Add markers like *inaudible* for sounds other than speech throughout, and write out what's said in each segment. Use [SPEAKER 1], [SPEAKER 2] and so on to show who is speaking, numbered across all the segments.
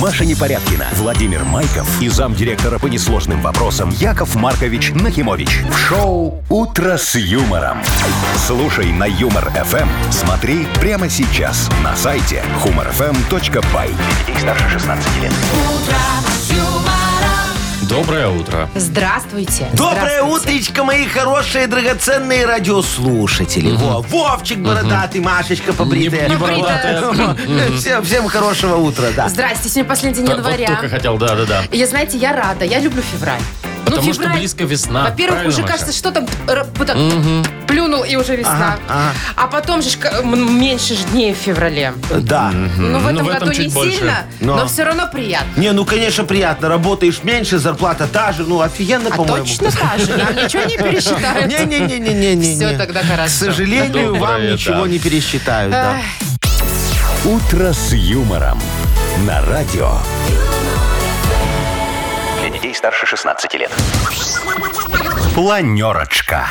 [SPEAKER 1] Маша Непорядкина, Владимир Майков и замдиректора по несложным вопросам Яков Маркович Нахимович. В шоу «Утро с юмором». Слушай на «Юмор-ФМ». Смотри прямо сейчас на сайте humorfm.by. Для детей старше 16 лет.
[SPEAKER 2] Доброе утро.
[SPEAKER 3] Здравствуйте.
[SPEAKER 4] Доброе
[SPEAKER 3] Здравствуйте.
[SPEAKER 4] утречко, мои хорошие, драгоценные радиослушатели. Во, Вовчик бородатый, Машечка побритая.
[SPEAKER 2] Не- не
[SPEAKER 4] *laughs*
[SPEAKER 2] бородатая.
[SPEAKER 4] Во, Всем, всем хорошего утра, да.
[SPEAKER 3] Здрасте, сегодня последний день
[SPEAKER 2] Да, Вот
[SPEAKER 3] января.
[SPEAKER 2] только хотел, да-да-да.
[SPEAKER 3] Я, знаете, я рада, я люблю февраль. Ну,
[SPEAKER 2] Потому что
[SPEAKER 3] февраль-
[SPEAKER 2] близко весна.
[SPEAKER 3] Во-первых,
[SPEAKER 2] Правильно,
[SPEAKER 3] уже
[SPEAKER 2] Маша?
[SPEAKER 3] кажется, что там р- вот так плюнул и уже весна.
[SPEAKER 4] Ага, ага.
[SPEAKER 3] А потом же ж к- м, меньше ж дней в феврале.
[SPEAKER 4] Да.
[SPEAKER 3] Ну, в
[SPEAKER 2] Ну,
[SPEAKER 3] этом
[SPEAKER 2] в этом
[SPEAKER 3] году
[SPEAKER 2] чуть
[SPEAKER 3] не
[SPEAKER 2] больше.
[SPEAKER 3] сильно, но.
[SPEAKER 4] Но.
[SPEAKER 3] все равно приятно.
[SPEAKER 4] Не, ну, конечно, приятно. Работаешь меньше, зарплата та же. Ну, офигенно,
[SPEAKER 3] А
[SPEAKER 4] по-моему.
[SPEAKER 3] точно так же, Нам ничего
[SPEAKER 4] *laughs*
[SPEAKER 3] не пересчитают.
[SPEAKER 4] Не-не-не-не-не-не.
[SPEAKER 3] Все тогда хорошо.
[SPEAKER 4] К сожалению,
[SPEAKER 2] Доброе,
[SPEAKER 4] вам
[SPEAKER 2] да.
[SPEAKER 4] ничего не пересчитают, да.
[SPEAKER 1] «Утро с юмором» на радио.
[SPEAKER 5] Для детей старше 16 лет.
[SPEAKER 1] Планерочка.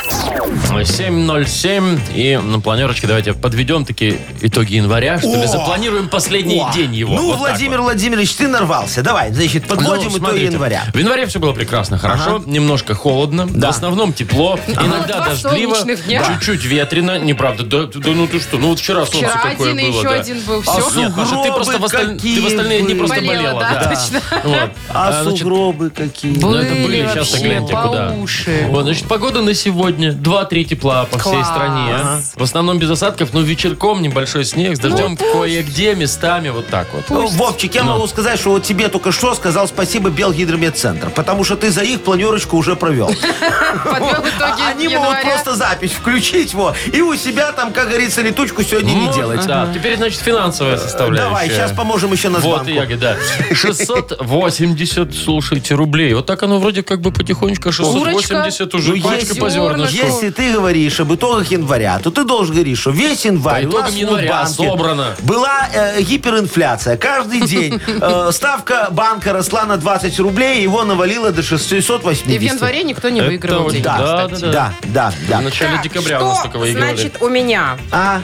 [SPEAKER 2] 7.07. И на планерочке давайте подведем такие итоги января, что ли.
[SPEAKER 4] О!
[SPEAKER 2] Запланируем последний
[SPEAKER 4] О,
[SPEAKER 2] день его.
[SPEAKER 4] Ну,
[SPEAKER 2] Вот так
[SPEAKER 4] Владимир
[SPEAKER 2] вот.
[SPEAKER 4] Владимирович, ты нарвался. Давай, значит, подводим
[SPEAKER 2] Ну,
[SPEAKER 4] итоги
[SPEAKER 2] смотрите,
[SPEAKER 4] января.
[SPEAKER 2] В январе все было прекрасно, хорошо. Немножко холодно. В основном тепло. Иногда
[SPEAKER 3] два
[SPEAKER 2] дождливо.
[SPEAKER 3] солнечных дня.
[SPEAKER 2] Чуть-чуть ветрено. Неправда. Да, да ну ты что? Ну вот вчера солнце
[SPEAKER 3] Вчера
[SPEAKER 2] какое
[SPEAKER 3] один и
[SPEAKER 2] было.
[SPEAKER 3] еще
[SPEAKER 2] да.
[SPEAKER 3] один был.
[SPEAKER 2] А
[SPEAKER 3] Все. *laughs*
[SPEAKER 2] Нет, Маша, ты
[SPEAKER 4] сугробы
[SPEAKER 2] просто в, осталь- ты в
[SPEAKER 4] какие
[SPEAKER 2] остальные дни
[SPEAKER 4] были.
[SPEAKER 2] просто
[SPEAKER 3] Болела,
[SPEAKER 2] болела.
[SPEAKER 3] да,
[SPEAKER 2] да.
[SPEAKER 3] точно.
[SPEAKER 2] Вот.
[SPEAKER 4] А
[SPEAKER 2] значит,
[SPEAKER 4] сугробы какие.
[SPEAKER 2] Ну, это были,
[SPEAKER 3] Были
[SPEAKER 2] сейчас
[SPEAKER 3] вообще
[SPEAKER 2] гляньте,
[SPEAKER 3] по
[SPEAKER 2] куда.
[SPEAKER 3] уши.
[SPEAKER 2] Вот, значит, погода на сегодня 2-3 тепла по всей
[SPEAKER 3] Класс.
[SPEAKER 2] стране.
[SPEAKER 3] Ага.
[SPEAKER 2] В основном без осадков, но вечерком небольшой снег с
[SPEAKER 3] Ну
[SPEAKER 2] дождем кое-где местами вот так вот.
[SPEAKER 4] Ну, Вовчик, я могу сказать, что вот тебе только что сказал спасибо Белгидромедцентр, потому что ты за их планерочку
[SPEAKER 3] *laughs*
[SPEAKER 4] уже провел.
[SPEAKER 3] Подвел итоги
[SPEAKER 4] А Они могут
[SPEAKER 3] января.
[SPEAKER 4] просто запись включить, вот, и у себя там, как говорится, летучку сегодня не
[SPEAKER 2] Ну,
[SPEAKER 4] делать.
[SPEAKER 2] Да, теперь, значит, финансовая составляющая.
[SPEAKER 4] Давай, сейчас поможем еще на
[SPEAKER 2] Вот,
[SPEAKER 4] банку.
[SPEAKER 2] и я говорю, *laughs* да. 680, слушайте, рублей. Вот так оно вроде как бы потихонечку 680 уже
[SPEAKER 4] Ну,
[SPEAKER 2] пачка
[SPEAKER 4] если-
[SPEAKER 2] по зернышку.
[SPEAKER 4] Если ты говоришь об итогах января, то ты должен говорить, что весь январь
[SPEAKER 2] По
[SPEAKER 4] у нас
[SPEAKER 2] итогам
[SPEAKER 4] в
[SPEAKER 2] января
[SPEAKER 4] Мудбанке
[SPEAKER 2] собрано.
[SPEAKER 4] была э, гиперинфляция.
[SPEAKER 2] *laughs*
[SPEAKER 4] Каждый день э, ставка банка росла на 20 рублей, его навалило до 680.
[SPEAKER 3] И в январе никто не
[SPEAKER 2] Это
[SPEAKER 3] выиграл
[SPEAKER 2] вот
[SPEAKER 3] деньги,
[SPEAKER 4] да,
[SPEAKER 2] да,
[SPEAKER 3] кстати.
[SPEAKER 2] да, Ну,
[SPEAKER 4] Да, да, да.
[SPEAKER 2] В начале
[SPEAKER 3] Так,
[SPEAKER 2] декабря у нас
[SPEAKER 3] что
[SPEAKER 2] такого и говорили.
[SPEAKER 3] значит у меня?
[SPEAKER 4] А,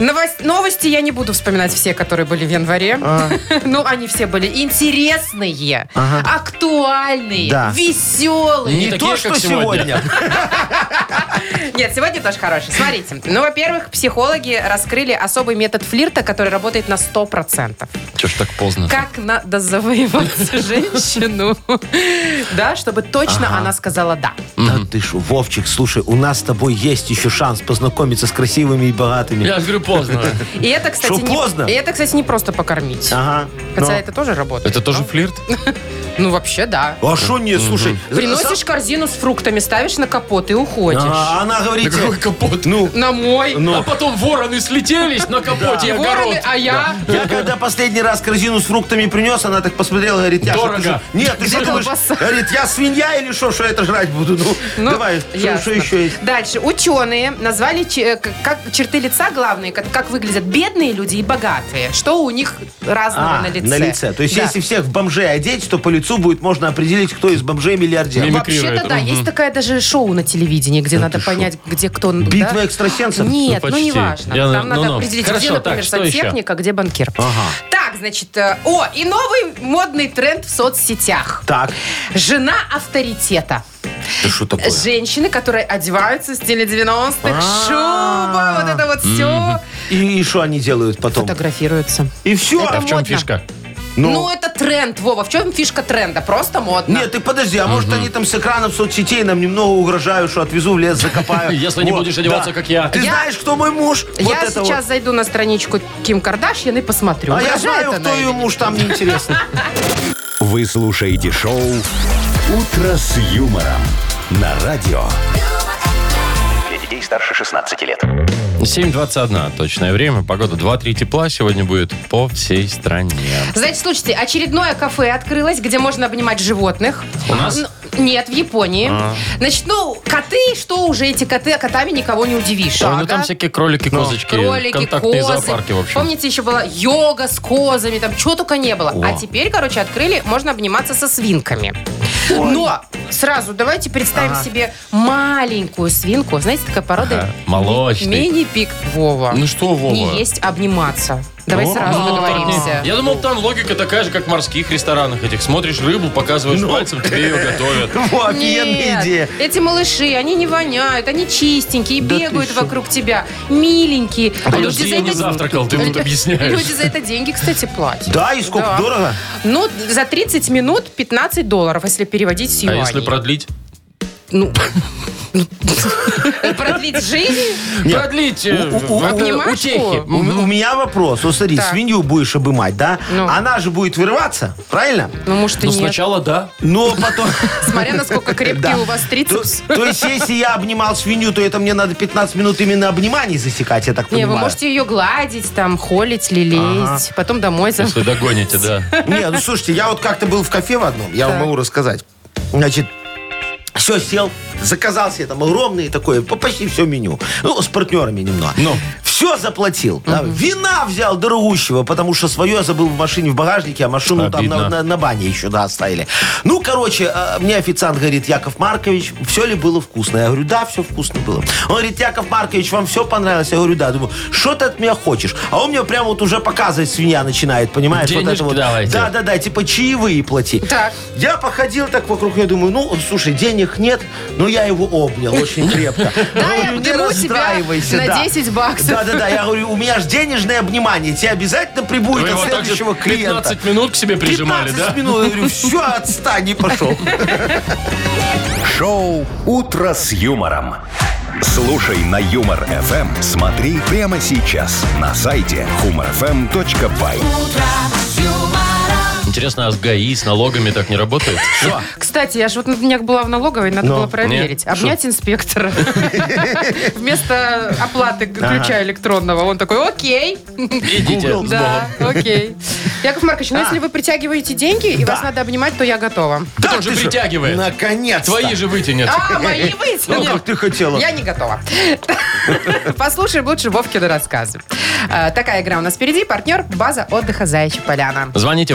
[SPEAKER 3] Новос- Новости я не буду вспоминать все, которые были в январе.
[SPEAKER 2] А.
[SPEAKER 3] *laughs* Ну, они все были интересные, актуальные,
[SPEAKER 4] Да.
[SPEAKER 3] веселые.
[SPEAKER 2] Не
[SPEAKER 4] не
[SPEAKER 2] такие,
[SPEAKER 4] то, что
[SPEAKER 2] как сегодня.
[SPEAKER 4] сегодня.
[SPEAKER 3] Нет, сегодня тоже хороший. Смотрите. Ну, во-первых, психологи раскрыли особый метод флирта, который работает на 100%.
[SPEAKER 2] Че ж так поздно?
[SPEAKER 3] Как надо завоевать
[SPEAKER 2] *laughs*
[SPEAKER 3] женщину, *laughs* да, чтобы точно она сказала «да».
[SPEAKER 4] Да ты ж, Вовчик, слушай, у нас с тобой есть еще шанс познакомиться с красивыми и богатыми.
[SPEAKER 2] Я же говорю, поздно.
[SPEAKER 3] И это, кстати,
[SPEAKER 4] Что,
[SPEAKER 3] не-
[SPEAKER 4] поздно?
[SPEAKER 3] И это, кстати, не просто покормить.
[SPEAKER 4] Ага.
[SPEAKER 3] Хотя
[SPEAKER 4] ну.
[SPEAKER 3] это тоже
[SPEAKER 2] *laughs*
[SPEAKER 3] работает.
[SPEAKER 2] А, Это тоже флирт?
[SPEAKER 3] Ну, вообще, да.
[SPEAKER 4] А что нет, слушай.
[SPEAKER 3] Приносишь
[SPEAKER 4] сам-
[SPEAKER 3] корзину с фруктами, ставишь на капот и уходишь.
[SPEAKER 4] А, она говорит...
[SPEAKER 2] Да какой капот? Ну,
[SPEAKER 3] На мой.
[SPEAKER 2] а потом вороны слетелись на капоте и
[SPEAKER 3] Вороны,
[SPEAKER 2] огород.
[SPEAKER 3] а я...
[SPEAKER 4] Я когда последний раз корзину с фруктами принес, она так посмотрела, говорит, я что,
[SPEAKER 2] Дорого.
[SPEAKER 4] ты же- Нет, ты
[SPEAKER 3] Где
[SPEAKER 4] что думаешь?
[SPEAKER 3] колбаса?
[SPEAKER 4] Говорит, я свинья или что, что я это жрать буду? Ну,
[SPEAKER 3] Ну,
[SPEAKER 4] давай, что-
[SPEAKER 3] ясно.
[SPEAKER 4] что еще есть?
[SPEAKER 3] Дальше. Ученые назвали че- э, к- как черты лица главные, как, как выглядят бедные люди и богатые. Что у них разного
[SPEAKER 4] А,
[SPEAKER 3] на лице.
[SPEAKER 4] То есть,
[SPEAKER 3] Да.
[SPEAKER 4] если всех в бомжей одеть, то по лицу будет можно определить, кто из бомжей миллиардер.
[SPEAKER 2] Мим-
[SPEAKER 3] Вообще-то,
[SPEAKER 2] мимикрирует.
[SPEAKER 3] да,
[SPEAKER 2] Мгм.
[SPEAKER 3] есть такая даже шоу на телевидении, где надо понять, где кто... да?
[SPEAKER 4] Битва экстрасенсов?
[SPEAKER 3] Нет, ну,
[SPEAKER 2] Ну, почти.
[SPEAKER 3] не важно.
[SPEAKER 2] Я на-
[SPEAKER 3] Там надо
[SPEAKER 2] ну-ну.
[SPEAKER 3] определить,
[SPEAKER 2] Хорошо,
[SPEAKER 3] где,
[SPEAKER 2] так,
[SPEAKER 3] например,
[SPEAKER 2] что еще?
[SPEAKER 3] сантехник, а где банкир. Так, значит, э, о, и новый модный тренд в соцсетях.
[SPEAKER 4] Так.
[SPEAKER 3] Жена авторитета.
[SPEAKER 4] Ты что такое?
[SPEAKER 3] Женщины, которые одеваются в стиле 90-х,
[SPEAKER 4] А.
[SPEAKER 3] шуба,
[SPEAKER 4] А-а-а.
[SPEAKER 3] вот это вот все.
[SPEAKER 4] И что они делают потом?
[SPEAKER 3] Фотографируются.
[SPEAKER 4] И все.
[SPEAKER 3] Это
[SPEAKER 2] А в чем
[SPEAKER 3] модно.
[SPEAKER 2] фишка?
[SPEAKER 3] Ну, это тренд, Вова. В чем фишка тренда? Просто модно.
[SPEAKER 4] Нет, ты подожди, а может они там с экранов соцсетей нам немного угрожают, что отвезу в лес,
[SPEAKER 2] *laughs*
[SPEAKER 4] закопаю.
[SPEAKER 2] Если не
[SPEAKER 4] Вот,
[SPEAKER 2] будешь одеваться,
[SPEAKER 4] да.
[SPEAKER 2] как я.
[SPEAKER 4] Ты
[SPEAKER 3] Я-
[SPEAKER 4] знаешь, кто мой муж? Вот
[SPEAKER 3] Я
[SPEAKER 4] это
[SPEAKER 3] сейчас
[SPEAKER 4] вот.
[SPEAKER 3] зайду на страничку Ким Кардашьян и посмотрю.
[SPEAKER 4] А я
[SPEAKER 3] угрожает
[SPEAKER 4] знаю,
[SPEAKER 3] она
[SPEAKER 4] кто
[SPEAKER 3] или
[SPEAKER 4] ее
[SPEAKER 3] нет.
[SPEAKER 4] муж, там неинтересно.
[SPEAKER 3] *laughs*
[SPEAKER 4] *laughs*
[SPEAKER 1] Вы слушаете шоу «Утро с юмором» на радио.
[SPEAKER 5] Для детей старше 16 лет.
[SPEAKER 2] 7.21 точное время. Погода 2-3 тепла сегодня будет по всей стране.
[SPEAKER 3] Значит, слушайте, очередное кафе открылось, где можно обнимать животных.
[SPEAKER 2] У нас?
[SPEAKER 3] Н- Нет, в Японии.
[SPEAKER 4] А.
[SPEAKER 3] Значит, ну, коты, что уже эти коты, а котами никого не удивишь.
[SPEAKER 2] Ой, ну
[SPEAKER 3] Ага.
[SPEAKER 2] там всякие кролики, козочки,
[SPEAKER 3] а? кролики,
[SPEAKER 2] контактные
[SPEAKER 3] козы.
[SPEAKER 2] зоопарки, в общем.
[SPEAKER 3] Помните, еще была йога с козами, там чего только не было. А теперь, короче, открыли, можно обниматься со свинками. Но сразу давайте представим себе маленькую свинку. Знаете, такая порода?
[SPEAKER 2] Ага, молочный.
[SPEAKER 3] Ми- Мини-пик Вова.
[SPEAKER 2] Ну что, Вова?
[SPEAKER 3] Не есть обниматься. Давай
[SPEAKER 2] О,
[SPEAKER 3] сразу
[SPEAKER 2] ну, так
[SPEAKER 3] договоримся.
[SPEAKER 2] не- Я думал, там логика такая же, как в морских ресторанах этих. Смотришь рыбу, показываешь
[SPEAKER 4] Ну.
[SPEAKER 2] пальцем, тебе ее готовят. А
[SPEAKER 4] Во, офигенная
[SPEAKER 3] Нет,
[SPEAKER 4] идея.
[SPEAKER 3] эти малыши, они не воняют, они чистенькие,
[SPEAKER 4] Да
[SPEAKER 3] бегают
[SPEAKER 4] ты шо.
[SPEAKER 3] вокруг тебя, миленькие.
[SPEAKER 2] А Подожди, я не завтракал, ты тут объясняешь.
[SPEAKER 3] *laughs* Люди за это деньги, кстати, платят.
[SPEAKER 4] Да, и сколько
[SPEAKER 3] Да.
[SPEAKER 4] дорого?
[SPEAKER 3] Ну, за 30 минут 15 долларов, если переводить с
[SPEAKER 2] А
[SPEAKER 3] юаней.
[SPEAKER 2] если продлить?
[SPEAKER 3] Ну, *laughs* продлить жизнь?
[SPEAKER 2] Продлить э,
[SPEAKER 4] У- у- у-
[SPEAKER 2] это,
[SPEAKER 3] понимаешь,
[SPEAKER 2] утехи.
[SPEAKER 3] что?
[SPEAKER 4] У, у меня вопрос. Вот смотри,
[SPEAKER 3] Так.
[SPEAKER 4] свинью будешь обымать, да?
[SPEAKER 3] Ну.
[SPEAKER 4] Она же будет вырываться, правильно?
[SPEAKER 3] Ну, может, и
[SPEAKER 2] Ну,
[SPEAKER 3] нет.
[SPEAKER 2] сначала да.
[SPEAKER 4] Но
[SPEAKER 3] *laughs*
[SPEAKER 4] потом...
[SPEAKER 2] *laughs*
[SPEAKER 3] Смотря насколько *laughs* крепкий
[SPEAKER 4] Да.
[SPEAKER 3] у вас
[SPEAKER 4] То,
[SPEAKER 3] трицепс.
[SPEAKER 4] то есть, если я обнимал свинью, то это мне надо 15 минут именно обниманий засекать, я так
[SPEAKER 3] Не, вы
[SPEAKER 4] понимаю.
[SPEAKER 3] можете ее гладить, там, холить, лелеять, потом домой за...
[SPEAKER 2] Если догоните, да.
[SPEAKER 4] Не, ну слушайте, я вот как-то был в кафе в одном, я вам могу рассказать. Значит, все, сел, заказал себе там огромный такой, по- почти все меню. Ну, с партнерами немного.
[SPEAKER 2] Ну.
[SPEAKER 4] Все заплатил. да. Вина взял дорогущего, потому что свое забыл в машине в багажнике, а машину там
[SPEAKER 2] Обидно.
[SPEAKER 4] на, на- на бане еще да, оставили. Ну, короче, а, мне официант говорит, Яков Маркович, все ли было вкусно? Я говорю, да, все вкусно было. Он говорит, Яков Маркович, вам все понравилось? Я говорю, да. Думаю, что ты от меня хочешь? А он мне прям вот уже показывает, свинья начинает, понимаешь?
[SPEAKER 2] Денежки
[SPEAKER 4] вот это вот.
[SPEAKER 2] давайте.
[SPEAKER 4] Да, да, да, типа чаевые плати.
[SPEAKER 3] Так.
[SPEAKER 4] Я походил так вокруг, я думаю, ну, слушай, денег нет, но я его обнял очень крепко.
[SPEAKER 3] *laughs* Да, я
[SPEAKER 4] Говорю, не
[SPEAKER 3] обниму тебя
[SPEAKER 4] расстраивайся,
[SPEAKER 3] на
[SPEAKER 4] да.
[SPEAKER 3] 10 баксов.
[SPEAKER 4] Да, да, да, я говорю, у меня же денежное обнимание, тебе обязательно прибудет
[SPEAKER 2] Вы его
[SPEAKER 4] от
[SPEAKER 2] Ну, так же
[SPEAKER 4] следующего клиента.
[SPEAKER 2] 15 минут к себе прижимали,
[SPEAKER 4] 15
[SPEAKER 2] да?
[SPEAKER 4] минут, я говорю, все, отстань,
[SPEAKER 2] *laughs*
[SPEAKER 4] и пошел.
[SPEAKER 1] Шоу «Утро с юмором». Слушай на Юмор ФМ. Смотри прямо сейчас на сайте humorfm.by.
[SPEAKER 2] Интересно, а с ГАИ, с налогами так не работает?
[SPEAKER 3] Кстати, я же вот на днях была в налоговой, надо
[SPEAKER 4] Ну.
[SPEAKER 3] было проверить.
[SPEAKER 2] Не,
[SPEAKER 3] Обнять
[SPEAKER 2] *laughs*
[SPEAKER 3] инспектора. Вместо оплаты ключа электронного. Он такой, окей.
[SPEAKER 2] Идите.
[SPEAKER 4] Google.
[SPEAKER 3] Да, *laughs* окей. Яков Маркович, ну если вы притягиваете деньги и вас надо обнимать, то я готова.
[SPEAKER 2] Да он же
[SPEAKER 4] ты что?
[SPEAKER 2] притягивает.
[SPEAKER 4] Наконец-то.
[SPEAKER 2] Твои же вытянет.
[SPEAKER 3] *laughs* А, мои
[SPEAKER 4] Ну, как
[SPEAKER 3] вытянули.
[SPEAKER 4] ты хотела.
[SPEAKER 3] Я не готова. *laughs* Послушаем лучше Вовкины рассказы. Э, Такая игра у нас впереди. Партнер база отдыха Заячья Поляна.
[SPEAKER 2] Звоните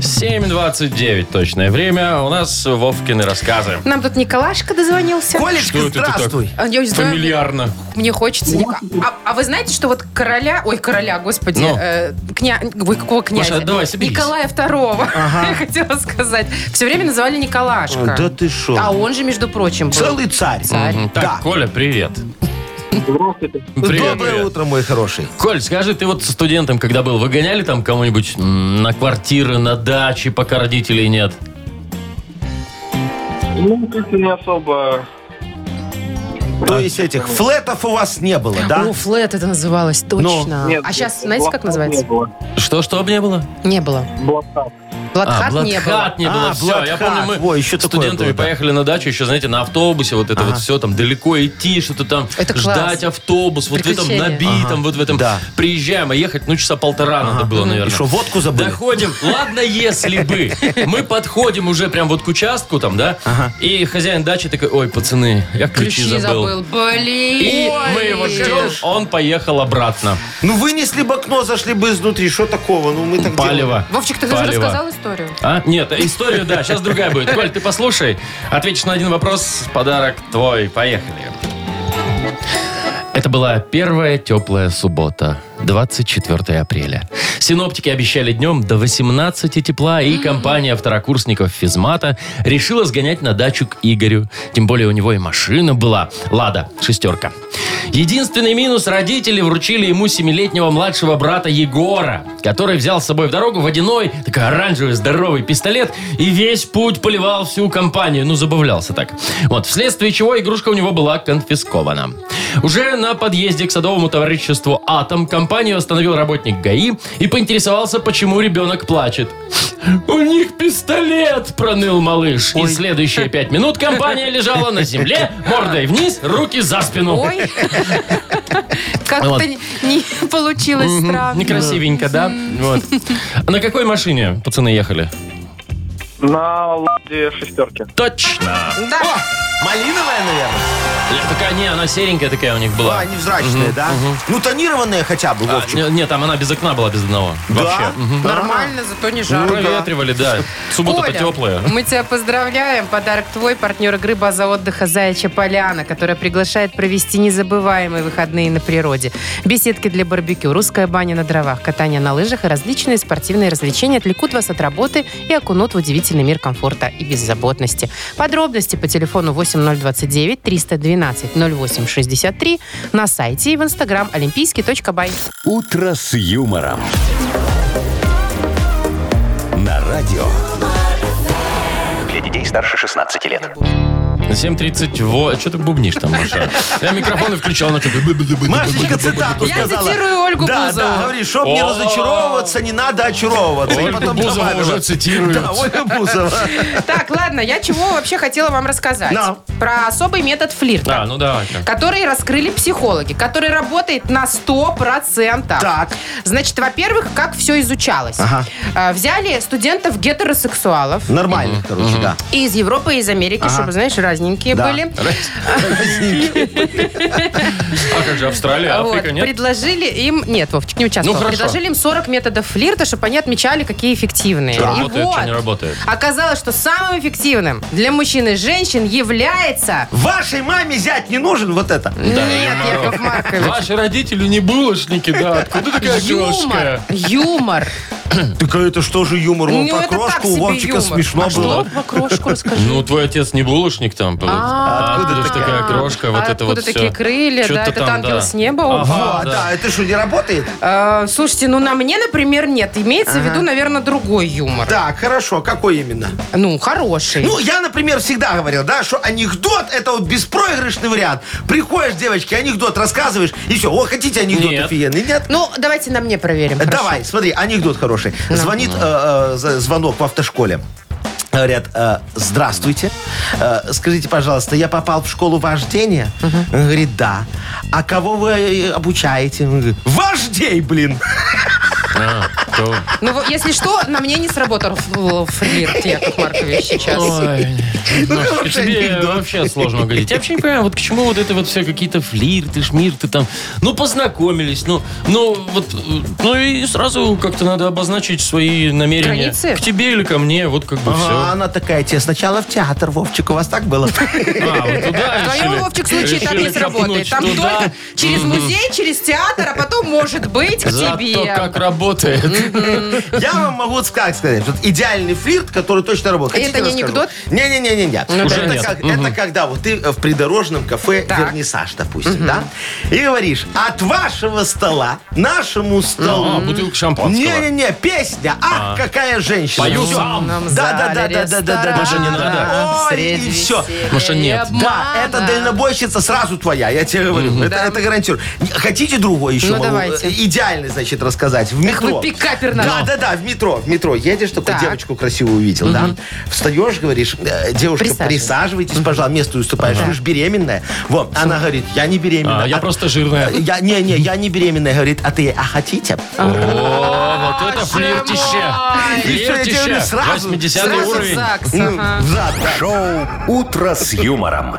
[SPEAKER 2] 7.29 точное время. У нас Вовкины рассказы.
[SPEAKER 3] Нам тут Николашка дозвонился.
[SPEAKER 4] *laughs*
[SPEAKER 2] Что
[SPEAKER 4] Колечка,
[SPEAKER 2] это ты так?
[SPEAKER 4] здравствуй.
[SPEAKER 3] А, я не знаю,
[SPEAKER 2] Фамильярно.
[SPEAKER 3] Мне хочется. Ника- А, а вы знаете, что вот короля, ой, короля, господи,
[SPEAKER 2] Ну.
[SPEAKER 3] э, кня- ой, какого князя?
[SPEAKER 2] Маша, давай, соберись.
[SPEAKER 3] Николая Второго. *laughs* Я хотела сказать. Все время называли Николашка.
[SPEAKER 4] Да ты шо?
[SPEAKER 3] А он же, между прочим, был.
[SPEAKER 4] Целый царь.
[SPEAKER 3] Царь.
[SPEAKER 2] Мгм. Так,
[SPEAKER 4] Да.
[SPEAKER 2] Коля, привет. Привет,
[SPEAKER 4] Доброе
[SPEAKER 2] привет.
[SPEAKER 4] утро, мой хороший.
[SPEAKER 2] Коль, скажи, ты вот со студентом, когда был, выгоняли там кому-нибудь м, на квартиры, на дачи, пока родителей нет?
[SPEAKER 6] Ну, как-то не особо. Ну,
[SPEAKER 2] А.
[SPEAKER 4] То есть этих флетов у вас не было, да?
[SPEAKER 2] Ну,
[SPEAKER 3] О, флэт это называлось, точно.
[SPEAKER 6] Нет,
[SPEAKER 3] а сейчас, знаете, как называется?
[SPEAKER 6] Не было.
[SPEAKER 2] Что, что не было?
[SPEAKER 3] Не было.
[SPEAKER 6] Блокад.
[SPEAKER 3] Блатхат
[SPEAKER 2] а,
[SPEAKER 3] не было.
[SPEAKER 2] Бладхат не было.
[SPEAKER 4] А,
[SPEAKER 2] все, я
[SPEAKER 4] Бладхат.
[SPEAKER 2] помню, мы
[SPEAKER 4] Во, еще такое
[SPEAKER 2] студентами
[SPEAKER 4] было, да.
[SPEAKER 2] поехали на дачу, еще, знаете, на автобусе, вот это вот все, там далеко идти, что-то там
[SPEAKER 3] Это класс.
[SPEAKER 2] ждать автобус, вот в этом
[SPEAKER 3] Приключения.
[SPEAKER 2] набитом, вот в этом
[SPEAKER 4] Да.
[SPEAKER 2] приезжаем, а ехать, ну, часа полтора надо было, наверное.
[SPEAKER 4] И что, водку забыли?
[SPEAKER 2] Доходим, ладно, если бы. Мы подходим уже прям вот к участку там, да, и хозяин дачи такой, ой, пацаны, я ключи,
[SPEAKER 3] Ключи забыл. Блин.
[SPEAKER 2] И мы его ждем, он поехал обратно.
[SPEAKER 4] Ну, вынесли бы окно, зашли бы изнутри. Что такого? Ну, мы так делаем.
[SPEAKER 2] Палево.
[SPEAKER 3] Вовчик, ты
[SPEAKER 2] Палево.
[SPEAKER 3] уже рассказал историю?
[SPEAKER 2] А? Нет, историю, да, сейчас другая будет. Коль, ты послушай, ответишь на один вопрос, подарок твой, поехали. Это была первая теплая суббота, 24 апреля. Синоптики обещали днем до 18 тепла, и компания второкурсников физмата решила сгонять на дачу к Игорю. Тем более у него и машина была. Лада, шестерка. Единственный минус – родители вручили ему семилетнего младшего брата Егора, который взял с собой в дорогу водяной, такой оранжевый, здоровый пистолет и весь путь поливал всю компанию. Ну, забавлялся так. Вот, вследствие чего игрушка у него была конфискована. Уже на подъезде к садовому товариществу «Атом» компанию остановил работник ГАИ и поинтересовался, почему ребенок плачет. «У них пистолет!» – проныл малыш. И следующие пять минут компания лежала на земле, мордой вниз, руки за спину. *laughs*
[SPEAKER 3] Ой. Как-то
[SPEAKER 2] Вот.
[SPEAKER 3] не не получилось сразу.
[SPEAKER 2] Некрасивенько, да? Вот. А На какой машине пацаны ехали?
[SPEAKER 6] На ладе шестерки.
[SPEAKER 2] Точно!
[SPEAKER 3] Да.
[SPEAKER 4] Малиновая, наверное.
[SPEAKER 2] Ле- Такая, не, она серенькая такая у них была.
[SPEAKER 4] А, невзрачная, да? Ну, тонированная хотя бы,
[SPEAKER 2] А,
[SPEAKER 4] Вовчик.
[SPEAKER 2] не, не, там она без окна была, без одного.
[SPEAKER 4] Да?
[SPEAKER 2] Вообще. Мгм.
[SPEAKER 3] Нормально, зато не жарко.
[SPEAKER 2] Проветривали, да. Суббота-то
[SPEAKER 3] Коля,
[SPEAKER 2] теплая.
[SPEAKER 3] Мы тебя поздравляем. Подарок твой, партнер игры «База отдыха Заячья Поляна», которая приглашает провести незабываемые выходные на природе. Беседки для барбекю, русская баня на дровах, катание на лыжах и различные спортивные развлечения отвлекут вас от работы и окунут в удивительный мир комфорта и беззаботности. Подробности по телефону 8029 312 0863 на сайте и в инстаграм олимпийский.бай.
[SPEAKER 1] «Утро с юмором». На радио.
[SPEAKER 5] Для детей старше 16 лет.
[SPEAKER 2] 7.38. Что Э, ты бубнишь там, Маша? Я микрофон и включал. Она такая... «бы-бы-бы-бы-бы-бы».
[SPEAKER 4] Машечка цитату
[SPEAKER 3] Я
[SPEAKER 4] сказала.
[SPEAKER 3] цитирую Ольгу
[SPEAKER 4] да,
[SPEAKER 3] Бузову.
[SPEAKER 4] Да, говори, чтоб не
[SPEAKER 2] О.
[SPEAKER 4] разочаровываться, не надо очаровываться. И
[SPEAKER 2] Ольгу
[SPEAKER 4] потом
[SPEAKER 2] Бузову
[SPEAKER 4] добавила.
[SPEAKER 2] уже цитируют.
[SPEAKER 4] Да, Ольга Бузова.
[SPEAKER 3] Так, ладно, я чего вообще хотела вам рассказать?
[SPEAKER 4] Да.
[SPEAKER 3] Про особый метод флирта.
[SPEAKER 2] А, ну давай-ка.
[SPEAKER 3] Который раскрыли психологи, который работает на 100%.
[SPEAKER 4] Так.
[SPEAKER 3] Значит, во-первых, как все изучалось.
[SPEAKER 4] Ага.
[SPEAKER 3] А, Взяли студентов гетеросексуалов
[SPEAKER 4] Нормально, короче, да.
[SPEAKER 3] и из Европы, и из Америки, чтобы, знаешь, разненькие
[SPEAKER 4] Да.
[SPEAKER 3] были.
[SPEAKER 2] А как же Австралия,
[SPEAKER 3] Вот,
[SPEAKER 2] Африка, нет?
[SPEAKER 3] Предложили им... Нет, Вовчик, не участвовал.
[SPEAKER 2] Ну, хорошо.
[SPEAKER 3] Предложили им 40 методов флирта, чтобы они отмечали, какие эффективные.
[SPEAKER 2] Что
[SPEAKER 3] И
[SPEAKER 2] работает, что
[SPEAKER 3] вот,
[SPEAKER 2] не работает.
[SPEAKER 3] Оказалось, что самым эффективным для мужчин и женщин является...
[SPEAKER 4] Вашей маме зять не нужен вот это.
[SPEAKER 2] Да,
[SPEAKER 3] Нет,
[SPEAKER 2] юморок.
[SPEAKER 3] Яков Маркович.
[SPEAKER 2] Ваши родители не булочники, да. Откуда такая
[SPEAKER 3] Юмор,
[SPEAKER 2] крошка?
[SPEAKER 3] юмор.
[SPEAKER 4] Так а это что же юмор? Вон,
[SPEAKER 3] Ну,
[SPEAKER 4] про
[SPEAKER 3] это так
[SPEAKER 4] крошку у
[SPEAKER 3] себе
[SPEAKER 4] Вовчика
[SPEAKER 3] юмор.
[SPEAKER 4] смешно
[SPEAKER 3] а
[SPEAKER 4] было.
[SPEAKER 3] Что про крошку расскажи?
[SPEAKER 2] Ну, твой отец не булочник там был.
[SPEAKER 3] А,
[SPEAKER 2] Откуда ж такая крошка? Вот это вот
[SPEAKER 3] Откуда такие
[SPEAKER 2] всё.
[SPEAKER 3] крылья?
[SPEAKER 2] Чё-то
[SPEAKER 3] Да, этот
[SPEAKER 2] там, да.
[SPEAKER 3] ангел с неба
[SPEAKER 2] Ага.
[SPEAKER 3] упал.
[SPEAKER 4] А,
[SPEAKER 2] да.
[SPEAKER 4] да, это что, не работает?
[SPEAKER 3] Э, Слушайте, ну на мне, например, нет. Имеется в виду, наверное, другой юмор.
[SPEAKER 4] Так, хорошо, какой именно?
[SPEAKER 3] Ну, хороший.
[SPEAKER 4] Ну, я, например, всегда говорил, да, что анекдот это вот беспроигрышный вариант. Приходишь, девочки, анекдот рассказываешь, и все. О, хотите анекдот
[SPEAKER 2] Нет.
[SPEAKER 4] офигенный? Нет?
[SPEAKER 3] Ну, давайте на мне проверим. хорошо.
[SPEAKER 4] Давай, смотри, анекдот хороший. Звонит э, э, за- звонок в автошколе. Говорят, э, здравствуйте. Э, скажите, пожалуйста, я попал в школу вождения? Он говорит, да. А кого вы э, обучаете? Он говорит, вождей, блин!
[SPEAKER 2] А, то-
[SPEAKER 3] Ну, вот, если что, на мне не сработал ф- флирт, Яков Маркович, сейчас.
[SPEAKER 4] *laughs*
[SPEAKER 2] Ой,
[SPEAKER 4] Ну,
[SPEAKER 2] Машечка,
[SPEAKER 4] хороший
[SPEAKER 2] тебе
[SPEAKER 4] анекдот.
[SPEAKER 2] вообще сложно говорить. Я вообще не понимаю, вот к чему вот это вот все какие-то флирты, шмирты там. Ну, познакомились, ну, ну, вот, э, ну и сразу как-то надо обозначить свои намерения.
[SPEAKER 3] Границы?
[SPEAKER 2] К тебе или ко мне, вот как бы
[SPEAKER 4] Ага, она такая, тебе сначала в театр, Вовчик, у вас так было?
[SPEAKER 2] все. А, вот туда
[SPEAKER 3] В
[SPEAKER 2] *laughs* решили-
[SPEAKER 3] твоем, Вовчик, случае так
[SPEAKER 2] решили
[SPEAKER 3] не сработает.
[SPEAKER 2] копнуть
[SPEAKER 3] Там
[SPEAKER 4] ну
[SPEAKER 2] туда.
[SPEAKER 3] только через музей, через театр, а потом, может быть, к
[SPEAKER 2] Зато
[SPEAKER 3] тебе.
[SPEAKER 2] как работает.
[SPEAKER 4] Я вам могу вот как сказать, вот идеальный флирт, который точно работает.
[SPEAKER 3] Это не анекдот? Ну
[SPEAKER 4] Не-не-не-не-не.
[SPEAKER 2] Уже
[SPEAKER 4] это,
[SPEAKER 2] нет.
[SPEAKER 4] как-
[SPEAKER 2] Мгм.
[SPEAKER 4] это когда вот ты э, в придорожном кафе
[SPEAKER 3] Так.
[SPEAKER 4] «Вернисаж», допустим, да? И говоришь, от вашего стола нашему
[SPEAKER 2] А,
[SPEAKER 4] столу...
[SPEAKER 2] бутылка шампанского.
[SPEAKER 4] Не-не-не, песня. Ах, какая женщина.
[SPEAKER 2] Пою
[SPEAKER 4] Всё.
[SPEAKER 2] сам.
[SPEAKER 3] Нам
[SPEAKER 4] Да, да, да,
[SPEAKER 3] зале
[SPEAKER 4] да, да, да, да.
[SPEAKER 3] ресторана
[SPEAKER 2] Маша, не
[SPEAKER 4] надо. Ой,
[SPEAKER 3] средь
[SPEAKER 4] и всё.
[SPEAKER 3] веселья
[SPEAKER 2] Маша, нет.
[SPEAKER 4] Да,
[SPEAKER 3] обмана.
[SPEAKER 4] это дальнобойщица сразу твоя, я тебе говорю. Это, это гарантирую. Не- Хотите другой еще?
[SPEAKER 3] Ну,
[SPEAKER 4] могу,
[SPEAKER 3] давайте.
[SPEAKER 4] э, Идеальный, значит, рассказать. В
[SPEAKER 3] Эх,
[SPEAKER 4] метро.
[SPEAKER 3] вы пикапер
[SPEAKER 4] Да,
[SPEAKER 3] наш.
[SPEAKER 4] да, да, в метро, в метро. Едешь, такую
[SPEAKER 3] Так.
[SPEAKER 4] девочку красивую увидел, да? Встаешь, говоришь, э, девушка,
[SPEAKER 3] Присаживайтесь.
[SPEAKER 4] присаживайтесь, пожалуйста, место уступаешь, вы же беременная. Вот, она говорит, я не беременная.
[SPEAKER 2] А, я
[SPEAKER 4] А-
[SPEAKER 2] просто жирная.
[SPEAKER 4] Я, не, не, я не беременная, говорит, а ты, а хотите?
[SPEAKER 2] О, вот это флиртище.
[SPEAKER 4] И всё, я тебе говорю,
[SPEAKER 2] Флиртище.
[SPEAKER 4] сразу,
[SPEAKER 2] 80
[SPEAKER 3] Сразу
[SPEAKER 2] уровень.
[SPEAKER 3] ЗАГС,
[SPEAKER 4] М,
[SPEAKER 3] ага.
[SPEAKER 4] взад, да.
[SPEAKER 1] Шоу «Утро с юмором».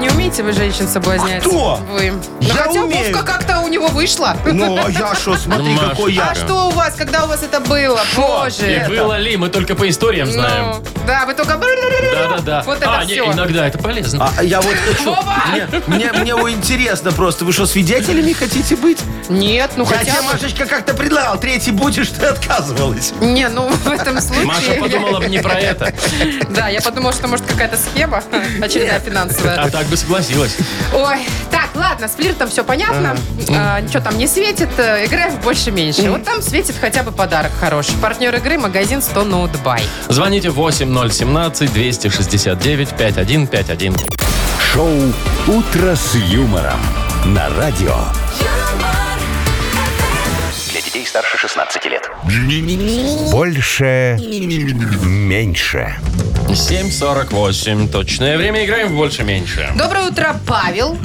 [SPEAKER 3] Не умеете вы женщин соблазнять?
[SPEAKER 4] Кто?
[SPEAKER 3] Вы. Ну,
[SPEAKER 4] Я
[SPEAKER 3] хотя
[SPEAKER 4] умею.
[SPEAKER 3] Вовка как-то у него вышло. *laughs*
[SPEAKER 4] Ну, а я что, смотри,
[SPEAKER 2] Ну, Маша,
[SPEAKER 4] какой я.
[SPEAKER 3] А что у вас, когда у вас это было? Боже.
[SPEAKER 2] И было ли, мы только по историям
[SPEAKER 3] Ну,
[SPEAKER 2] знаем.
[SPEAKER 3] да, вы только...
[SPEAKER 2] Да-да-да.
[SPEAKER 3] Вот это
[SPEAKER 2] а, не,
[SPEAKER 3] все.
[SPEAKER 2] иногда это полезно.
[SPEAKER 4] А я вот хочу.
[SPEAKER 3] Вова!
[SPEAKER 4] Мне, мне, мне вот интересно просто, вы что, свидетелями хотите быть?
[SPEAKER 3] Нет, ну
[SPEAKER 4] Я тебе,
[SPEAKER 3] хотя бы...
[SPEAKER 4] Машечка, как-то предлагал, третий будешь, ты отказывалась.
[SPEAKER 3] *laughs* Не, ну в этом случае...
[SPEAKER 2] Маша подумала бы не про это,
[SPEAKER 3] *laughs* Да, я подумала, что может какая-то схема *laughs* очередная
[SPEAKER 2] а
[SPEAKER 3] финансовая.
[SPEAKER 2] так бы согласилась.
[SPEAKER 3] Ой, так, ладно, с флиртом все понятно. А, Ничего там не светит, э, играем в больше-меньше. Вот там светит хотя бы подарок хороший. Партнер игры магазин 100 ноутбай.
[SPEAKER 2] Звоните 8017-269-5151.
[SPEAKER 1] Шоу «Утро с юмором» на радио.
[SPEAKER 5] Для детей старше 16 лет.
[SPEAKER 1] Больше. Меньше.
[SPEAKER 2] 7.48. Точное время. Играем в больше-меньше.
[SPEAKER 3] Доброе утро, Павел.